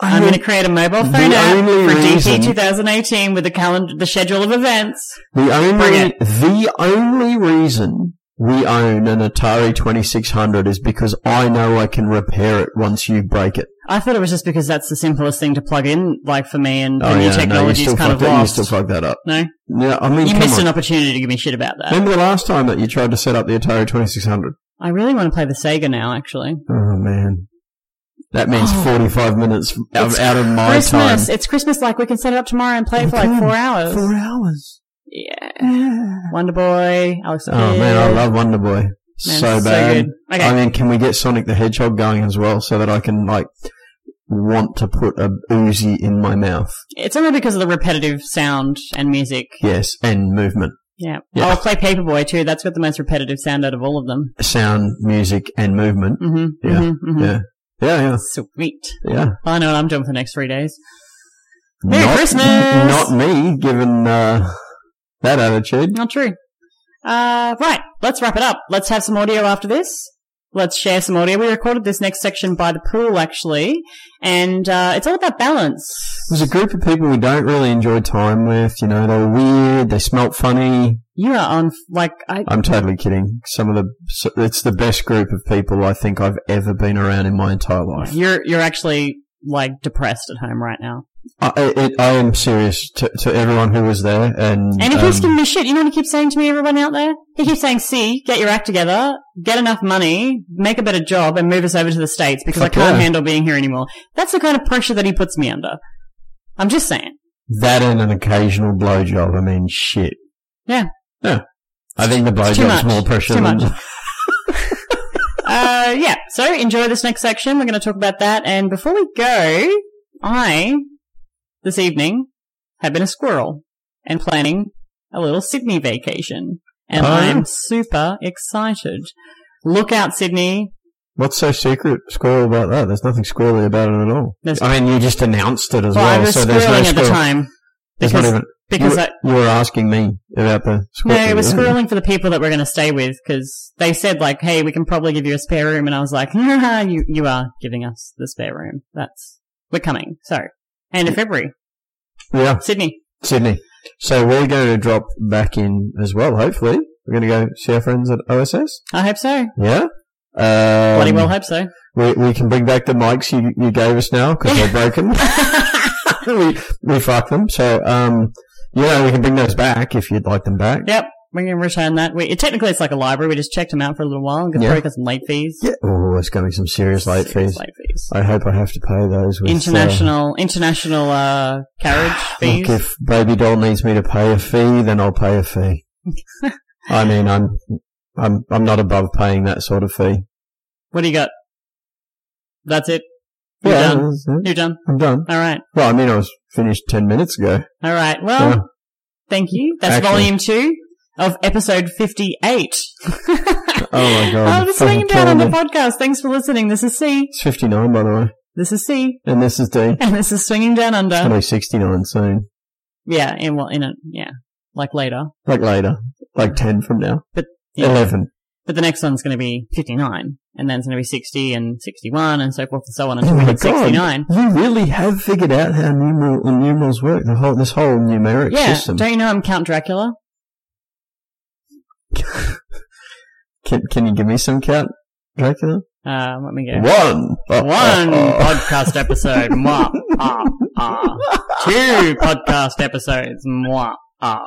[SPEAKER 1] I'm going to create a mobile
[SPEAKER 2] the
[SPEAKER 1] phone app
[SPEAKER 2] only
[SPEAKER 1] for
[SPEAKER 2] reason-
[SPEAKER 1] DP 2018 with the calendar, the schedule of events.
[SPEAKER 2] The
[SPEAKER 1] Bring
[SPEAKER 2] only the only reason we own an Atari 2600 is because I know I can repair it once you break it.
[SPEAKER 1] I thought it was just because that's the simplest thing to plug in, like for me, and the
[SPEAKER 2] Oh
[SPEAKER 1] new
[SPEAKER 2] yeah, no, you
[SPEAKER 1] technology's
[SPEAKER 2] still
[SPEAKER 1] kind of
[SPEAKER 2] fucked that. You
[SPEAKER 1] lost.
[SPEAKER 2] still fucked that up.
[SPEAKER 1] no,
[SPEAKER 2] Yeah, I mean,
[SPEAKER 1] you
[SPEAKER 2] come
[SPEAKER 1] missed an
[SPEAKER 2] on.
[SPEAKER 1] opportunity to give me shit about that.
[SPEAKER 2] Remember the last time that you tried to set up the Atari 2600?
[SPEAKER 1] I really want to play the Sega now, actually.
[SPEAKER 2] Oh man, that means
[SPEAKER 1] Oh.
[SPEAKER 2] 45 minutes of,
[SPEAKER 1] It's
[SPEAKER 2] out of my time.
[SPEAKER 1] Christmas. It's Christmas. Like we can set it up tomorrow and play
[SPEAKER 2] We
[SPEAKER 1] for like four
[SPEAKER 2] can.
[SPEAKER 1] hours.
[SPEAKER 2] Four hours.
[SPEAKER 1] Yeah. Wonder Boy, Alex. the
[SPEAKER 2] Oh
[SPEAKER 1] Kid.
[SPEAKER 2] man, I love Wonder Boy
[SPEAKER 1] Man,
[SPEAKER 2] so
[SPEAKER 1] it's
[SPEAKER 2] bad.
[SPEAKER 1] good. Okay.
[SPEAKER 2] I mean, can we get Sonic the Hedgehog going as well so that I can like want to put a Uzi in my mouth?
[SPEAKER 1] it's only because of the repetitive sound and music.
[SPEAKER 2] Yes, and movement,
[SPEAKER 1] Yeah.
[SPEAKER 2] Yeah.
[SPEAKER 1] I'll play Paperboy too. That's got the most repetitive sound out of all of them.
[SPEAKER 2] sound, music, and movement.
[SPEAKER 1] hmm
[SPEAKER 2] Yeah.
[SPEAKER 1] hmm hmm
[SPEAKER 2] Yeah, yeah,
[SPEAKER 1] Sweet.
[SPEAKER 2] yeah, yeah.
[SPEAKER 1] I know what I'm doing for the next three days. Merry
[SPEAKER 2] not,
[SPEAKER 1] Christmas!
[SPEAKER 2] Not me, given uh, that attitude.
[SPEAKER 1] Not true. Uh, right. Let's wrap it up. Let's have some audio after this. Let's share some audio. We recorded this next section by the pool, actually, and uh, it's all about balance.
[SPEAKER 2] It was a group of people we don't really enjoy time with. You know, they were weird. They smelt funny.
[SPEAKER 1] You are on like I.
[SPEAKER 2] I'm totally kidding. Some of the, it's the best group of people I think I've ever been around in my entire life.
[SPEAKER 1] You're you're actually like depressed at home right now.
[SPEAKER 2] I, it, I am serious to, to everyone who was there, and
[SPEAKER 1] And he keeps
[SPEAKER 2] um,
[SPEAKER 1] giving me shit. You know what he keeps saying to me, everyone out there? He keeps saying, see, get your act together, get enough money, make a better job, and move us over to the States because I
[SPEAKER 2] Fuck
[SPEAKER 1] can't
[SPEAKER 2] yeah.
[SPEAKER 1] handle being here anymore. That's the kind of pressure that he puts me under. I'm just saying.
[SPEAKER 2] that and an occasional blowjob. I mean, shit.
[SPEAKER 1] Yeah.
[SPEAKER 2] yeah. I think the
[SPEAKER 1] It's too
[SPEAKER 2] blowjob's
[SPEAKER 1] much.
[SPEAKER 2] more pressure
[SPEAKER 1] Too
[SPEAKER 2] than [LAUGHS]
[SPEAKER 1] much. Uh, yeah. So enjoy this next section. We're going to talk about that. And before we go, I, this evening, have been a squirrel and planning a little Sydney vacation. And
[SPEAKER 2] Oh.
[SPEAKER 1] I'm super excited. Look out, Sydney.
[SPEAKER 2] What's so secret, squirrel about that? There's nothing squirrely about it at all.
[SPEAKER 1] There's-
[SPEAKER 2] I mean, you just announced it as
[SPEAKER 1] Well,
[SPEAKER 2] well,
[SPEAKER 1] I was
[SPEAKER 2] so there's no
[SPEAKER 1] squirreling at the
[SPEAKER 2] squirrel.
[SPEAKER 1] time.
[SPEAKER 2] There's not
[SPEAKER 1] because-
[SPEAKER 2] even.
[SPEAKER 1] Because
[SPEAKER 2] you,
[SPEAKER 1] I,
[SPEAKER 2] you were asking me about the
[SPEAKER 1] no,
[SPEAKER 2] squirrel.
[SPEAKER 1] it was squirreling for the people that we're going to stay with because they said like, "Hey, we can probably give you a spare room," and I was like, [LAUGHS] nah, "You you are giving us the spare room. That's we're coming." So end of February,
[SPEAKER 2] Yeah,
[SPEAKER 1] Sydney.
[SPEAKER 2] Sydney. So we're going to drop back in as well. Hopefully, we're going to go see our friends at OSS.
[SPEAKER 1] I hope so.
[SPEAKER 2] Yeah. Um,
[SPEAKER 1] Bloody well hope so.
[SPEAKER 2] We, we can bring back the mics you, you gave us now because
[SPEAKER 1] [LAUGHS]
[SPEAKER 2] they're broken. [LAUGHS] we we fucked them. So, um, you know, we can bring those back if you'd like them back.
[SPEAKER 1] Yep, we're going to return that. We, technically, it's like a library. We just checked them out for a little while and got
[SPEAKER 2] Yeah.
[SPEAKER 1] probably got some late fees.
[SPEAKER 2] Yeah. Oh, it's going to be some serious late
[SPEAKER 1] Serious
[SPEAKER 2] fees.
[SPEAKER 1] Late fees.
[SPEAKER 2] I hope I have to pay those with uh,
[SPEAKER 1] international, international uh,
[SPEAKER 2] [SIGHS]
[SPEAKER 1] carriage fees.
[SPEAKER 2] Look, if baby doll needs me to pay a fee, then I'll pay a fee.
[SPEAKER 1] [LAUGHS]
[SPEAKER 2] I mean, I'm I'm I'm not above paying that sort of fee.
[SPEAKER 1] What do you got? That's it. You're done.
[SPEAKER 2] that's it.
[SPEAKER 1] You're done.
[SPEAKER 2] I'm done.
[SPEAKER 1] All right.
[SPEAKER 2] Well, I mean, I was finished ten minutes ago.
[SPEAKER 1] All right. Well,
[SPEAKER 3] Thank you. That's
[SPEAKER 2] Actually-
[SPEAKER 3] volume two of episode 58
[SPEAKER 2] Oh
[SPEAKER 1] [LAUGHS]
[SPEAKER 2] my god.
[SPEAKER 3] of the
[SPEAKER 2] Fucking
[SPEAKER 3] Swing Down on the
[SPEAKER 2] terrible.
[SPEAKER 3] podcast. Thanks for listening. This is C.
[SPEAKER 2] It's 59, by the way.
[SPEAKER 3] This is C.
[SPEAKER 2] And this is
[SPEAKER 1] [LAUGHS]
[SPEAKER 2] D.
[SPEAKER 3] And this is Swinging Down
[SPEAKER 2] It'll
[SPEAKER 3] Under.
[SPEAKER 2] be 69 soon.
[SPEAKER 3] Yeah, in, well, in a, yeah, like later.
[SPEAKER 2] Like later. Like 10 from now.
[SPEAKER 3] But- yeah.
[SPEAKER 2] 11.
[SPEAKER 3] But the next one's going to be 59, and then it's going to be 60 and 61 and so forth and so on until
[SPEAKER 2] Oh
[SPEAKER 3] we
[SPEAKER 2] my
[SPEAKER 3] hit
[SPEAKER 2] God.
[SPEAKER 3] 69.
[SPEAKER 2] You really have figured out how numeral, numerals work, the whole, this whole numeric
[SPEAKER 3] Yeah,
[SPEAKER 2] system.
[SPEAKER 3] don't you know I'm Count Dracula?
[SPEAKER 2] Can, can you give me some count, Dracula?
[SPEAKER 3] Uh, let me go.
[SPEAKER 2] One. Oh,
[SPEAKER 3] One
[SPEAKER 2] oh,
[SPEAKER 3] podcast episode, mwah, ah,
[SPEAKER 2] [LAUGHS]
[SPEAKER 3] ah. Two podcast episodes, mwah, ah,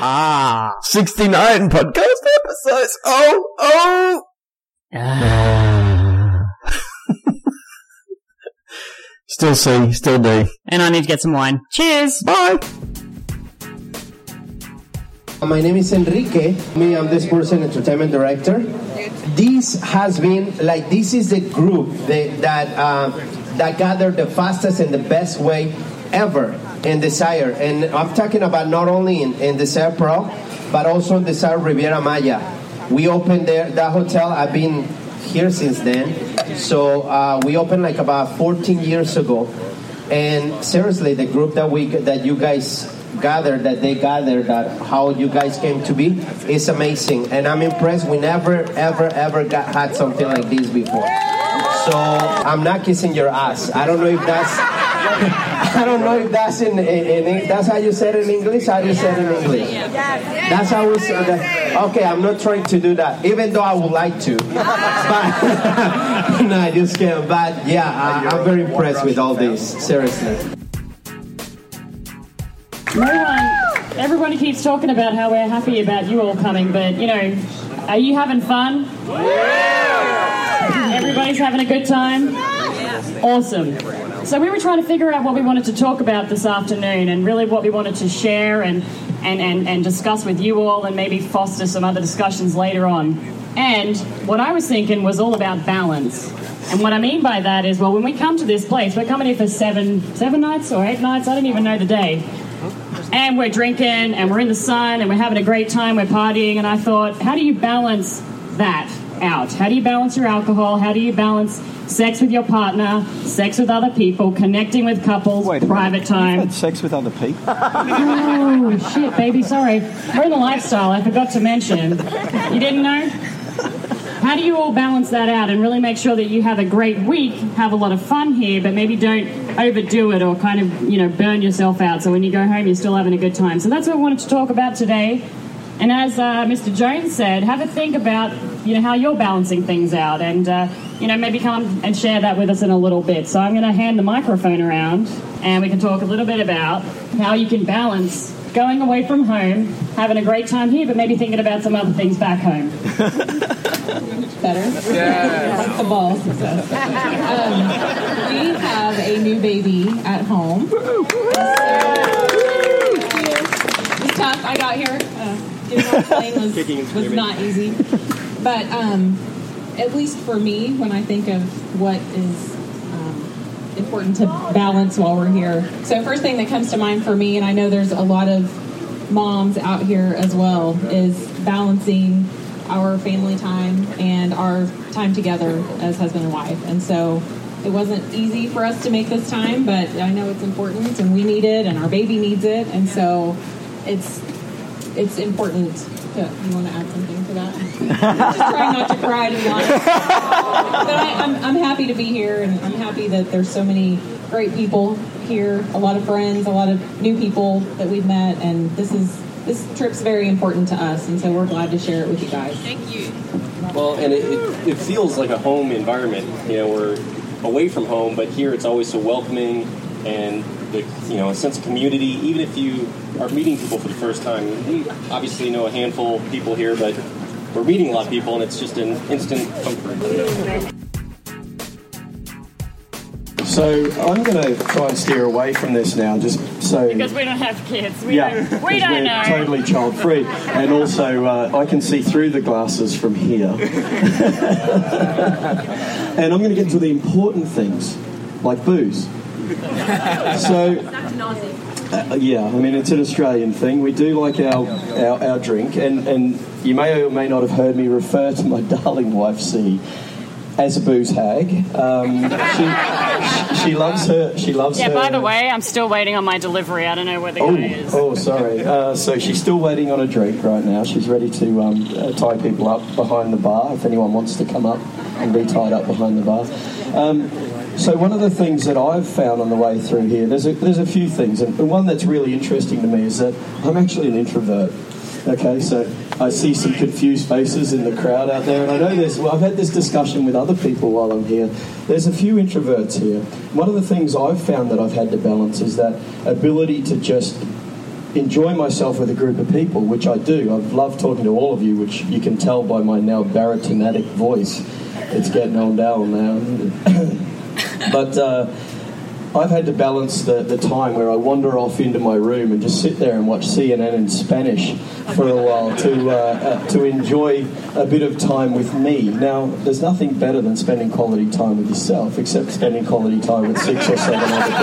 [SPEAKER 3] ah.
[SPEAKER 2] oh. 69 podcast episodes. Oh, oh.
[SPEAKER 3] Ah. [SIGHS]
[SPEAKER 2] Ah. still C, still D.
[SPEAKER 3] And I need to get some wine. Cheers!
[SPEAKER 2] Bye.
[SPEAKER 4] My name is Enrique. Me, I'm this person, entertainment director. This has been like this is the group that that, uh, that gathered the fastest and the best way ever in Desire, and I'm talking about not only in, in Desire Pro, but also in Desire Riviera Maya. We opened there that hotel. I've been here since then, so uh, we opened like about 14 years ago. And seriously, the group that we that you guys gathered, that they gathered, that how you guys came to be, is amazing. And I'm impressed. We never, ever, ever got, had something like this before. So I'm not kissing your ass. I don't know if that's. [LAUGHS] I don't know if that's in, in, in that's how you said it in English. How you said it in English. That's how we said that. Okay, I'm not trying to do that, even though I would like to. [LAUGHS] But no, I just can't. But yeah, I, I'm very impressed with all this. Seriously.
[SPEAKER 5] Everyone, everybody keeps talking about how we're happy about you all coming, but you know, are you having fun? Everybody's having a good time. Awesome. So we were trying to figure out what we wanted to talk about this afternoon, and really what we wanted to share and and and, and discuss with you all, and maybe foster some other discussions later on. And what I was thinking was all about balance. And what I mean by that is, well, when we come to this place, we're coming here for seven seven nights or eight nights. I don't even know the day and we're drinking and we're in the sun and we're having a great time, we're partying. And I thought, how do you balance that out? How do you balance your alcohol? How do you balance sex with your partner, sex with other people, connecting with couples,
[SPEAKER 6] Wait a minute.
[SPEAKER 5] private time?
[SPEAKER 6] Had sex with other people.
[SPEAKER 5] Oh, shit, baby, sorry. We're in the lifestyle, I forgot to mention. You didn't know? How do you all balance that out and really make sure that you have a great week, have a lot of fun here, but maybe don't overdo it or kind of, you know, burn yourself out so when you go home you're still having a good time. So that's what I wanted to talk about today. And as uh, Mr. Jones said, have a think about, you know, how you're balancing things out and, uh, you know, maybe come and share that with us in a little bit. So I'm going to hand the microphone around and we can talk a little bit about how you can balance going away from home, having a great time here, but maybe thinking about some other things back home.
[SPEAKER 7] better. like the ball success. Um, we have a new baby at home. It's tough. I got here. Uh, getting on the plane was, was not easy. But um, at least for me, when I think of what is um, important to balance while we're here. So, first thing that comes to mind for me, and I know there's a lot of moms out here as well, is balancing our family time and our time together as husband and wife. And so, it wasn't easy for us to make this time, but I know it's important, and we need it, and our baby needs it, and so it's it's important. To, you want to add something to that? Just trying not to cry, to be honest but I, I'm, I'm happy to be here, and I'm happy that there's so many great people here, a lot of friends, a lot of new people that we've met, and this is this trip's very important to us, and so we're glad to share it with you guys.
[SPEAKER 8] Well, and it, it, it feels like a home environment. You know, we're away from home, but here it's always so welcoming and the, you know a sense of community. Even if you are meeting people for the first time, we obviously know a handful of people here, but we're meeting a lot of people, and it's just an instant comfort.
[SPEAKER 2] So I'm going to try and steer away from this now, just so
[SPEAKER 5] Because we don't have kids. We
[SPEAKER 6] Yeah,
[SPEAKER 5] don't, we
[SPEAKER 6] because
[SPEAKER 5] don't
[SPEAKER 6] we're
[SPEAKER 5] know.
[SPEAKER 6] totally child free, and also uh, I can see through the glasses from here. [LAUGHS] and I'm going to get to the important things, like booze. So Uh, yeah, I mean it's an Australian thing. We do like our our, our drink, and, and you may or may not have heard me refer to my [LAUGHS] darling wife C as a booze hag. Um, she, she loves her. She loves
[SPEAKER 5] Yeah,
[SPEAKER 6] her.
[SPEAKER 5] by the way, I'm still waiting on my delivery. I don't know where the guy
[SPEAKER 6] Oh,
[SPEAKER 5] is.
[SPEAKER 6] oh, sorry. Uh, so she's still waiting on a drink right now. She's ready to um, uh, tie people up behind the bar if anyone wants to come up and be tied up behind the bar. Um, so one of the things that I've found on the way through here, there's a, there's a few things, and and one that's really interesting to me is that I'm actually an introvert. Okay, so I see some confused faces in the crowd out there, and I know there's. Well, I've had this discussion with other people while I'm here. There's a few introverts here. One of the things I've found that I've had to balance is that ability to just enjoy myself with a group of people, which I do. I've loved talking to all of you, which you can tell by my now baritonic voice. It's getting on down now. isn't it? [COUGHS] but uh, I've had to balance the, the time where I wander off into my room and just sit there and watch CNN in Spanish for a while to, uh, uh, to enjoy a bit of time with me. Now, there's nothing better than spending quality time with yourself, except spending quality time with six or seven other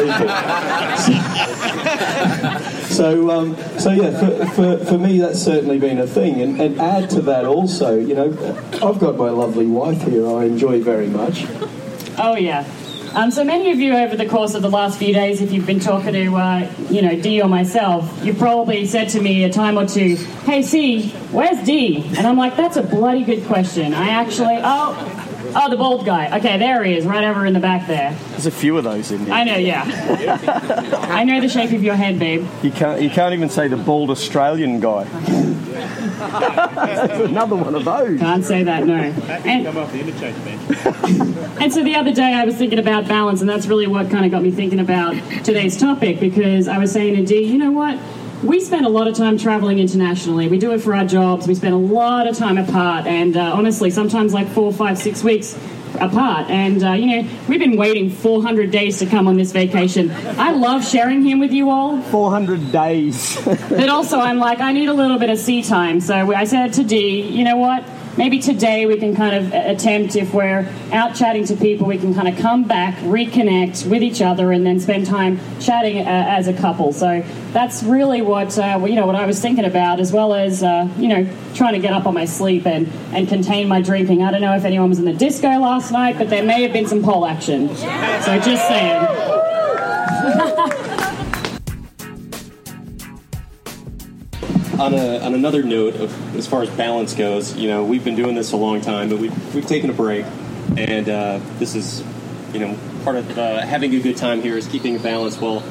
[SPEAKER 6] people. So, um, so yeah, for, for, for me, that's certainly been a thing. And, and add to that also, you know, I've got my lovely wife here I enjoy very much.
[SPEAKER 5] Oh yeah. Um, so many of you over the course of the last few days, if you've been talking to, uh, you know, D or myself, you've probably said to me a time or two, "Hey, C, where's D?" And I'm like, "That's a bloody good question." I actually, oh, oh, the bald guy. Okay, there he is, right over in the back there.
[SPEAKER 9] There's a few of those in here.
[SPEAKER 5] I know, yeah. [LAUGHS] I know the shape of your head, babe.
[SPEAKER 9] You can't, you can't even say the bald Australian guy. Another one of those.
[SPEAKER 5] Can't say that, no. And,
[SPEAKER 10] off the interchange, man.
[SPEAKER 5] And so the other day I was thinking about balance, and that's really what kind of got me thinking about today's topic because I was saying to Dee, you know what? We spend a lot of time traveling internationally. We do it for our jobs. We spend a lot of time apart, and uh, honestly, sometimes like four, five, six weeks apart. And uh, you know, we've been waiting 400 days to come on this vacation. I love sharing him with you all,
[SPEAKER 9] 400 days.
[SPEAKER 5] but also, I'm like, I need a little bit of sea time. So I said to Dee, you know what? Maybe today we can kind of uh, attempt, if we're out chatting to people, we can kind of come back, reconnect with each other, and then spend time chatting uh, as a couple. So that's really what uh, well, you know what I was thinking about, as well as uh, you know trying to get up on my sleep and, and contain my drinking. I don't know if anyone was in the disco last night, but there may have been some pole action. So just saying.
[SPEAKER 8] on, a, on another note, of, as far as balance goes, you know, we've been doing this a long time, but we've, we've taken a break, and uh, this is, you know, part of uh, having a good time here is keeping a balance. Well,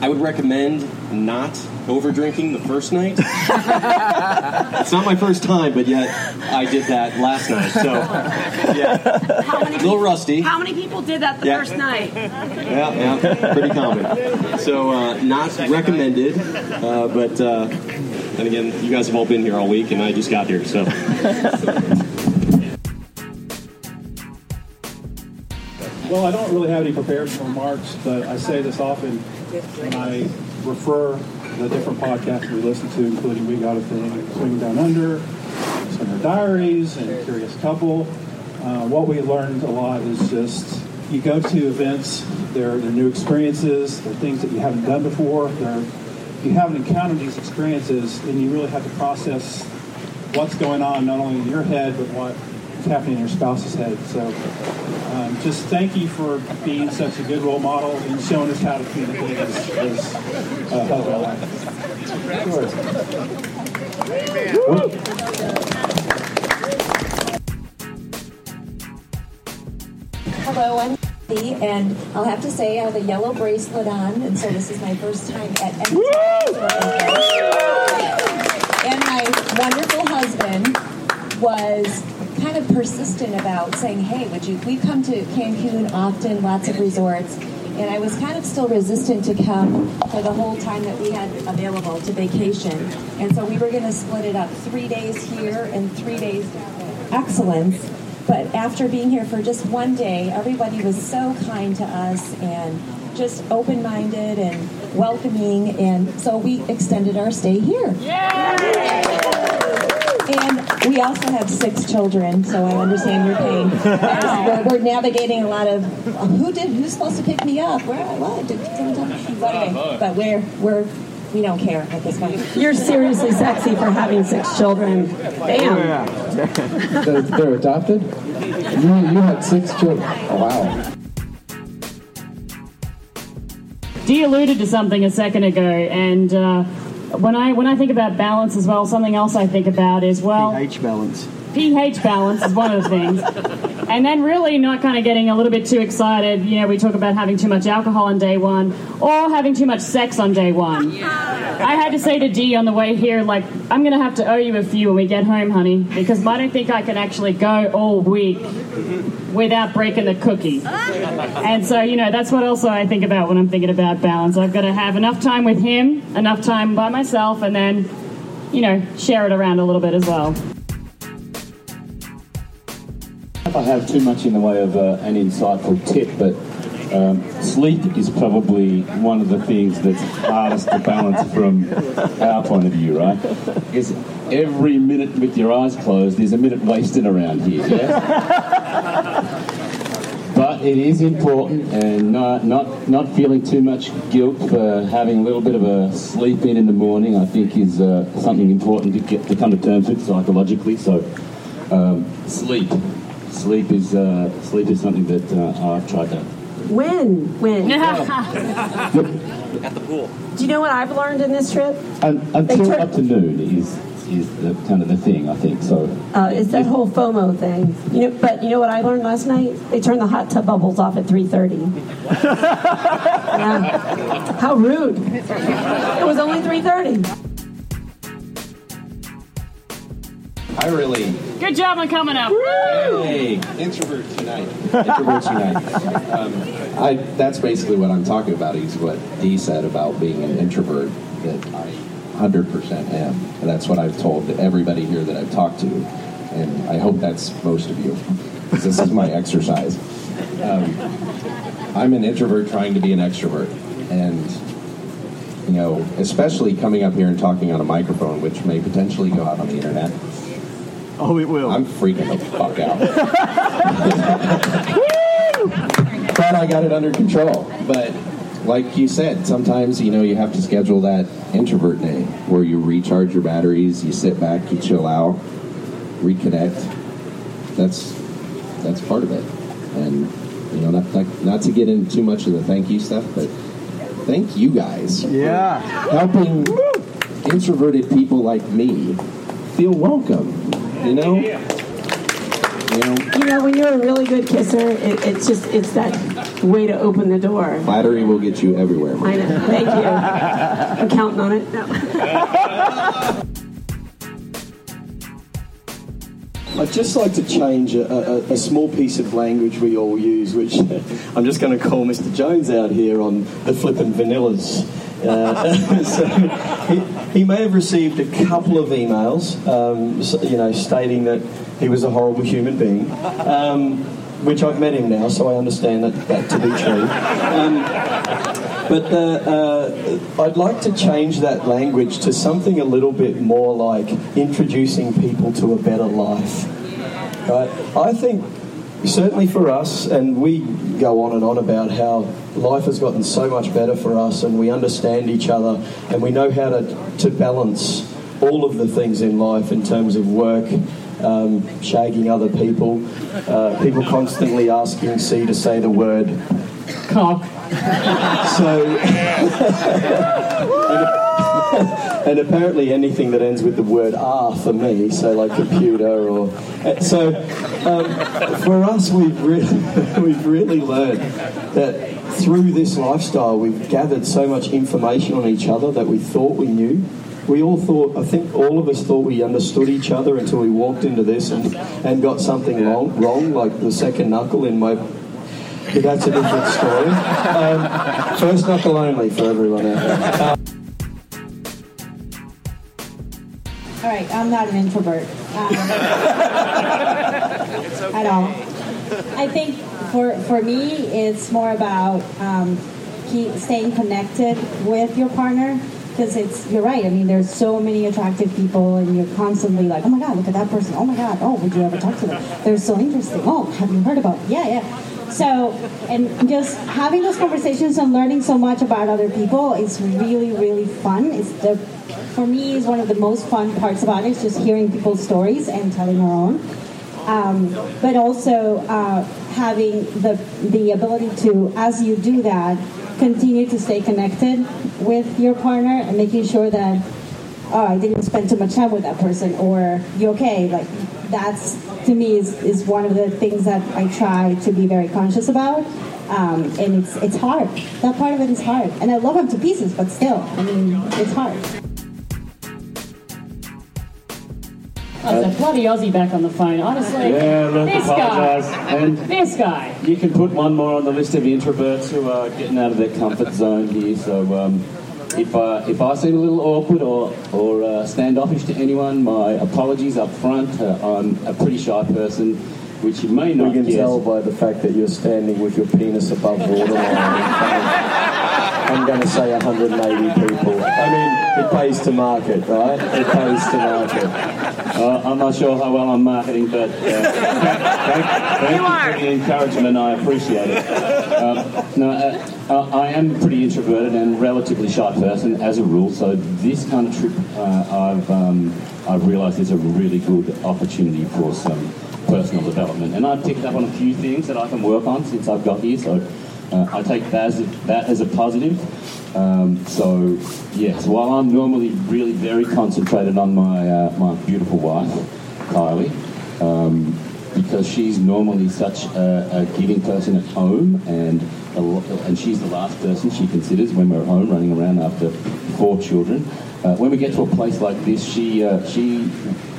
[SPEAKER 8] I would recommend not over drinking the first night. it's not my first time, but yet I did that last night, so yeah,
[SPEAKER 11] How many
[SPEAKER 8] a little
[SPEAKER 11] people,
[SPEAKER 8] rusty.
[SPEAKER 11] how many people did that the
[SPEAKER 8] Yeah.
[SPEAKER 11] first night?
[SPEAKER 8] Yeah, yeah, pretty common. So uh, not recommended, uh, but uh, and again, you guys have all been here all week, and I just got here, so.
[SPEAKER 10] Well, I don't really have any prepared remarks, but I say this often when I refer the different podcasts we listen to, including We Got a Thing, Swing Down Under, Summer Diaries, and Curious Couple. Uh, what we learned a lot is just you go to events, they're, they're new experiences, they're things that you haven't done before. They're, if you haven't encountered these experiences, then you really have to process what's going on, not only in your head, but what's happening in your spouse's head. So um, just thank you for being such a good role model and showing us how to communicate as, as uh, husband and wife.
[SPEAKER 12] Hello, I'm Kathy, and I'll have to say I have a yellow bracelet on, and so this is my first time at any And my wonderful husband was kind of persistent about saying, "Hey, would you? We come to Cancun often, lots of resorts." And I was kind of still resistant to come for the whole time that we had available to vacation. And so we were going to split it up three days here and three days down there. Excellence. But after being here for just one day, everybody was so kind to us and just open minded and welcoming. And so we extended our stay here. And we also have six children, so I understand your pain. As We're, we're navigating a lot of uh, who did, who's supposed to pick me up, where, what, did, but anyway, but we're we're we don't care at this point.
[SPEAKER 11] You're seriously sexy for having six children.
[SPEAKER 13] Oh,
[SPEAKER 11] Damn.
[SPEAKER 14] [LAUGHS] they're, they're adopted? You, you had six children. Oh, wow.
[SPEAKER 5] Dee alluded to something a second ago, and uh, when I when I think about balance as well, something else I think about is well,
[SPEAKER 9] pH balance.
[SPEAKER 5] pH balance is one of the things. And then really not kind of getting a little bit too excited. You know, we talk about having too much alcohol on day one or having too much sex on day one. I had to say to Dee on the way here, like, I'm going to have to owe you a few when we get home, honey, because I don't think I can actually go all week without breaking the cookie. And so, you know, that's what also I think about when I'm thinking about balance. I've got to have enough time with him, enough time by myself, and then, you know, share it around a little bit as well.
[SPEAKER 15] I don't have too much in the way of uh, an insightful tip, but um, sleep is probably one of the things that's hardest to balance from our point of view, right? Because every minute with your eyes closed, there's a minute wasted around here. Yeah? but it is important, and not, not not feeling too much guilt for having a little bit of a sleep in in the morning. I think is uh, something important to get to come to terms with psychologically. So, um, sleep, sleep is uh, sleep is something that uh, I've tried to
[SPEAKER 11] When? When?
[SPEAKER 15] at the pool.
[SPEAKER 11] Do you know what I've learned in this trip?
[SPEAKER 15] Um, until up to noon is is the, kind of the thing I think. So
[SPEAKER 11] Uh, is that whole FOMO thing. You know, but you know what I learned last night? They turn the hot tub bubbles off at 3.30. Yeah. How rude. It was only 3.30.
[SPEAKER 15] I really
[SPEAKER 5] Good job on coming up.
[SPEAKER 15] hey introvert tonight.
[SPEAKER 14] Introvert United. Um, I, that's basically what I'm talking about, is what Dee said about being an introvert that I 100% am. And that's what I've told everybody here that I've talked to. And I hope that's most of you, 'cause this is my exercise. Um, I'm an introvert trying to be an extrovert. And you know, especially coming up here and talking on a microphone, which may potentially go out on the internet.
[SPEAKER 9] Oh, it will.
[SPEAKER 14] I'm freaking the fuck out. Thought I got it under control, but like you said, sometimes you know you have to schedule that introvert day where you recharge your batteries, you sit back, you chill out, reconnect. That's that's part of it, and you know, not, not, not to get into too much of the thank you stuff, but thank you guys.
[SPEAKER 9] Yeah.
[SPEAKER 14] Helping introverted people like me feel welcome. You know? You know,
[SPEAKER 11] You know, when you're a really good kisser, it, it's just, it's that way to open the door.
[SPEAKER 14] flattery will get you everywhere.
[SPEAKER 11] I know. Thank you. I'm counting on it. No.
[SPEAKER 6] I'd just like to change a, a, a small piece of language we all use, which [LAUGHS] I'm just going to call Mr. Jones out here on the flippin' vanillas. Uh, [LAUGHS] so he, he may have received a couple of emails, um, s you know, stating that he was a horrible human being, um, which I've met him now, so I understand that, that to be true. Um, but uh, uh, I'd like to change that language to something a little bit more like introducing people to a better life. Right? I think, certainly for us, and we go on and on about how life has gotten so much better for us, and we understand each other, and we know how to, to balance all of the things in life in terms of work, um, shagging other people, uh, people constantly asking C to say the word
[SPEAKER 5] cock.
[SPEAKER 6] So, [LAUGHS] and apparently anything that ends with the word R for me, so like computer or uh, so. Um, for us, we've really [LAUGHS] we've really learned that through this lifestyle, we've gathered so much information on each other that we thought we knew. We all thought, I think all of us thought we understood each other until we walked into this and, and got something wrong, wrong, like the second knuckle in my but that's a different story. Um, first knuckle only for everyone out there. Uh,
[SPEAKER 12] All right, I'm not an introvert um, at all. I think for for me, it's more about um, keep staying connected with your partner. 'Cause
[SPEAKER 16] because it's you're right. I mean, there's so many attractive people, and you're constantly like, oh my god, look at that person. Oh my god, oh, would you ever talk to them? They're so interesting. Oh, have you heard about? Yeah, yeah. So, and just having those conversations and learning so much about other people is really, really fun. It's the, for me, is one of the most fun parts about it. Is just hearing people's stories and telling our own um, but also uh, having the the ability to, as you do that, continue to stay connected with your partner and making sure that oh, I didn't spend too much time with that person, or you okay? Like that's to me is, is one of the things that I try to be very conscious about. Um, and it's it's hard. That part of it is hard, and I love them to pieces, but still, I mean, it's hard.
[SPEAKER 5] Oh, it's a bloody Aussie back on the phone. Honestly,
[SPEAKER 9] Yeah, look,
[SPEAKER 5] this
[SPEAKER 9] apologise.
[SPEAKER 5] guy,
[SPEAKER 15] And-
[SPEAKER 5] this guy.
[SPEAKER 15] You can put one more on the list of introverts who are getting out of their comfort zone here. So um, if, uh, if I seem a little awkward or, or uh, standoffish to anyone, my apologies up front. Uh, I'm a pretty shy person, which you may not
[SPEAKER 6] We can
[SPEAKER 15] guess.
[SPEAKER 6] tell by the fact that you're standing with your penis above waterline. I'm going to say 180 people. I mean, it pays to market, right? It pays to market.
[SPEAKER 15] Uh, I'm not sure how well I'm marketing, but uh, thank, thank you for the encouragement. I appreciate it. Um, no, uh, uh, I am pretty introverted and relatively shy person as a rule. So this kind of trip, uh, I've um, I've realised is a really good opportunity for some personal development, and I've picked up on a few things that I can work on since I've got here. So uh, I take that as a, that as a positive. Um, so yes, while I'm normally really very concentrated on my uh, my beautiful wife, Kylie, um, because she's normally such a, a giving person at home, and a, lo- and she's the last person she considers when we're at home running around after four children. Uh, when we get to a place like this, she uh, she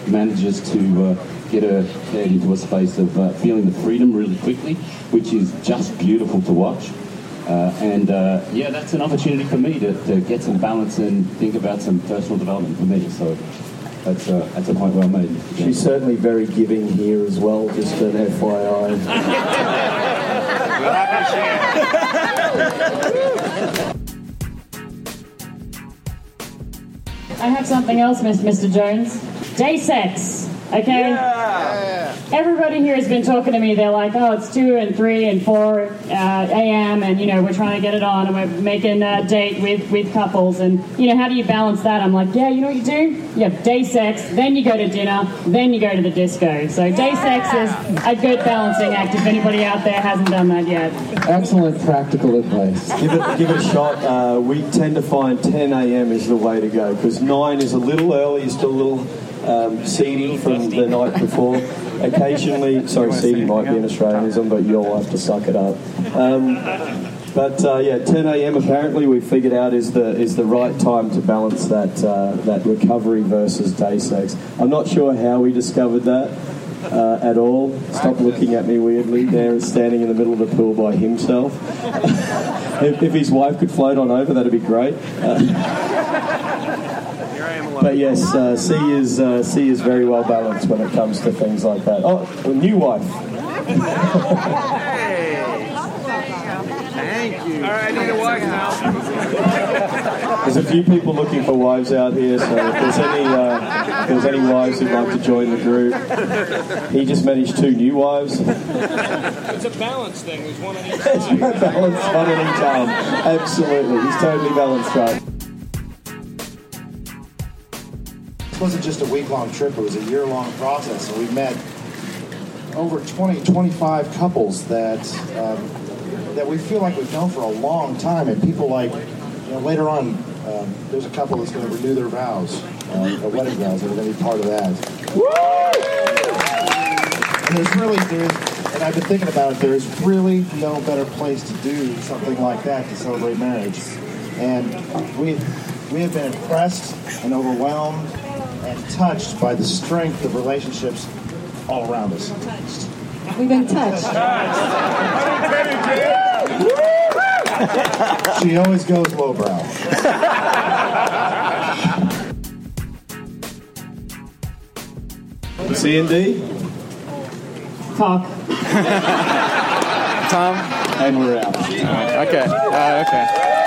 [SPEAKER 15] manages to uh, get her head into a space of uh, feeling the freedom really quickly, which is just beautiful to watch. Uh, and uh, yeah, that's an opportunity for me to, to get some balance and think about some personal development for me. So that's a, that's a point well made.
[SPEAKER 6] She's certainly very giving here as well, just an FYI.
[SPEAKER 14] [LAUGHS]
[SPEAKER 5] I have something else, Mis- Mr. Jones. Day sex. Okay. Everybody here has been talking to me. They're like, "Oh, it's two and three and four uh, a.m. and you know we're trying to get it on and we're making a date with with couples and you know how do you balance that?" I'm like, "Yeah, you know what you do? You have day sex, then you go to dinner, then you go to the disco. So day sex is a good balancing act. If anybody out there hasn't done that yet,
[SPEAKER 6] Excellent practical advice. Give it, give it a shot. Uh, we tend to find 10 a.m. is the way to go because 9 is a little early, it's still a little um, seedy from the night before. Occasionally, sorry, seedy might be an Australianism, but you'll have to suck it up. Um, but uh, yeah, 10 a.m. apparently we figured out is the is the right time to balance that uh, that recovery versus day sex. I'm not sure how we discovered that uh, at all. Stop looking at me weirdly. There, standing in the middle of the pool by himself. if, if his wife could float on over, that'd be great. Uh, but yes, uh, C is uh, C is very well balanced when it comes to things like that. Oh, a new wife.
[SPEAKER 17] Thank you. All right, I need a wife now.
[SPEAKER 6] There's a few people looking for wives out here, so if there's any uh, if there's any wives who'd like to join the group, he just managed two new wives. [LAUGHS]
[SPEAKER 17] it's a balance thing. There's one on each
[SPEAKER 6] It's
[SPEAKER 17] side.
[SPEAKER 6] my balance one at a time. Absolutely. He's totally balanced, right?
[SPEAKER 18] It wasn't just a week long trip, it was a year long process. And we met over 20, 25 couples that, um, that we feel like we've known for a long time. And people like, you know, later on, um, there's a couple that's going to renew their vows, uh, their wedding vows, and we're going to be part of that. And there's really, there's, and I've been thinking about it, there's really no better place to do something like that to celebrate marriage. And we, we have been impressed and overwhelmed and touched by the strength of relationships all around us.
[SPEAKER 16] We've been touched.
[SPEAKER 18] She always goes lowbrow.
[SPEAKER 6] C and D.
[SPEAKER 5] cock.
[SPEAKER 13] Tom?
[SPEAKER 6] And we're out.
[SPEAKER 13] Okay. Uh, okay.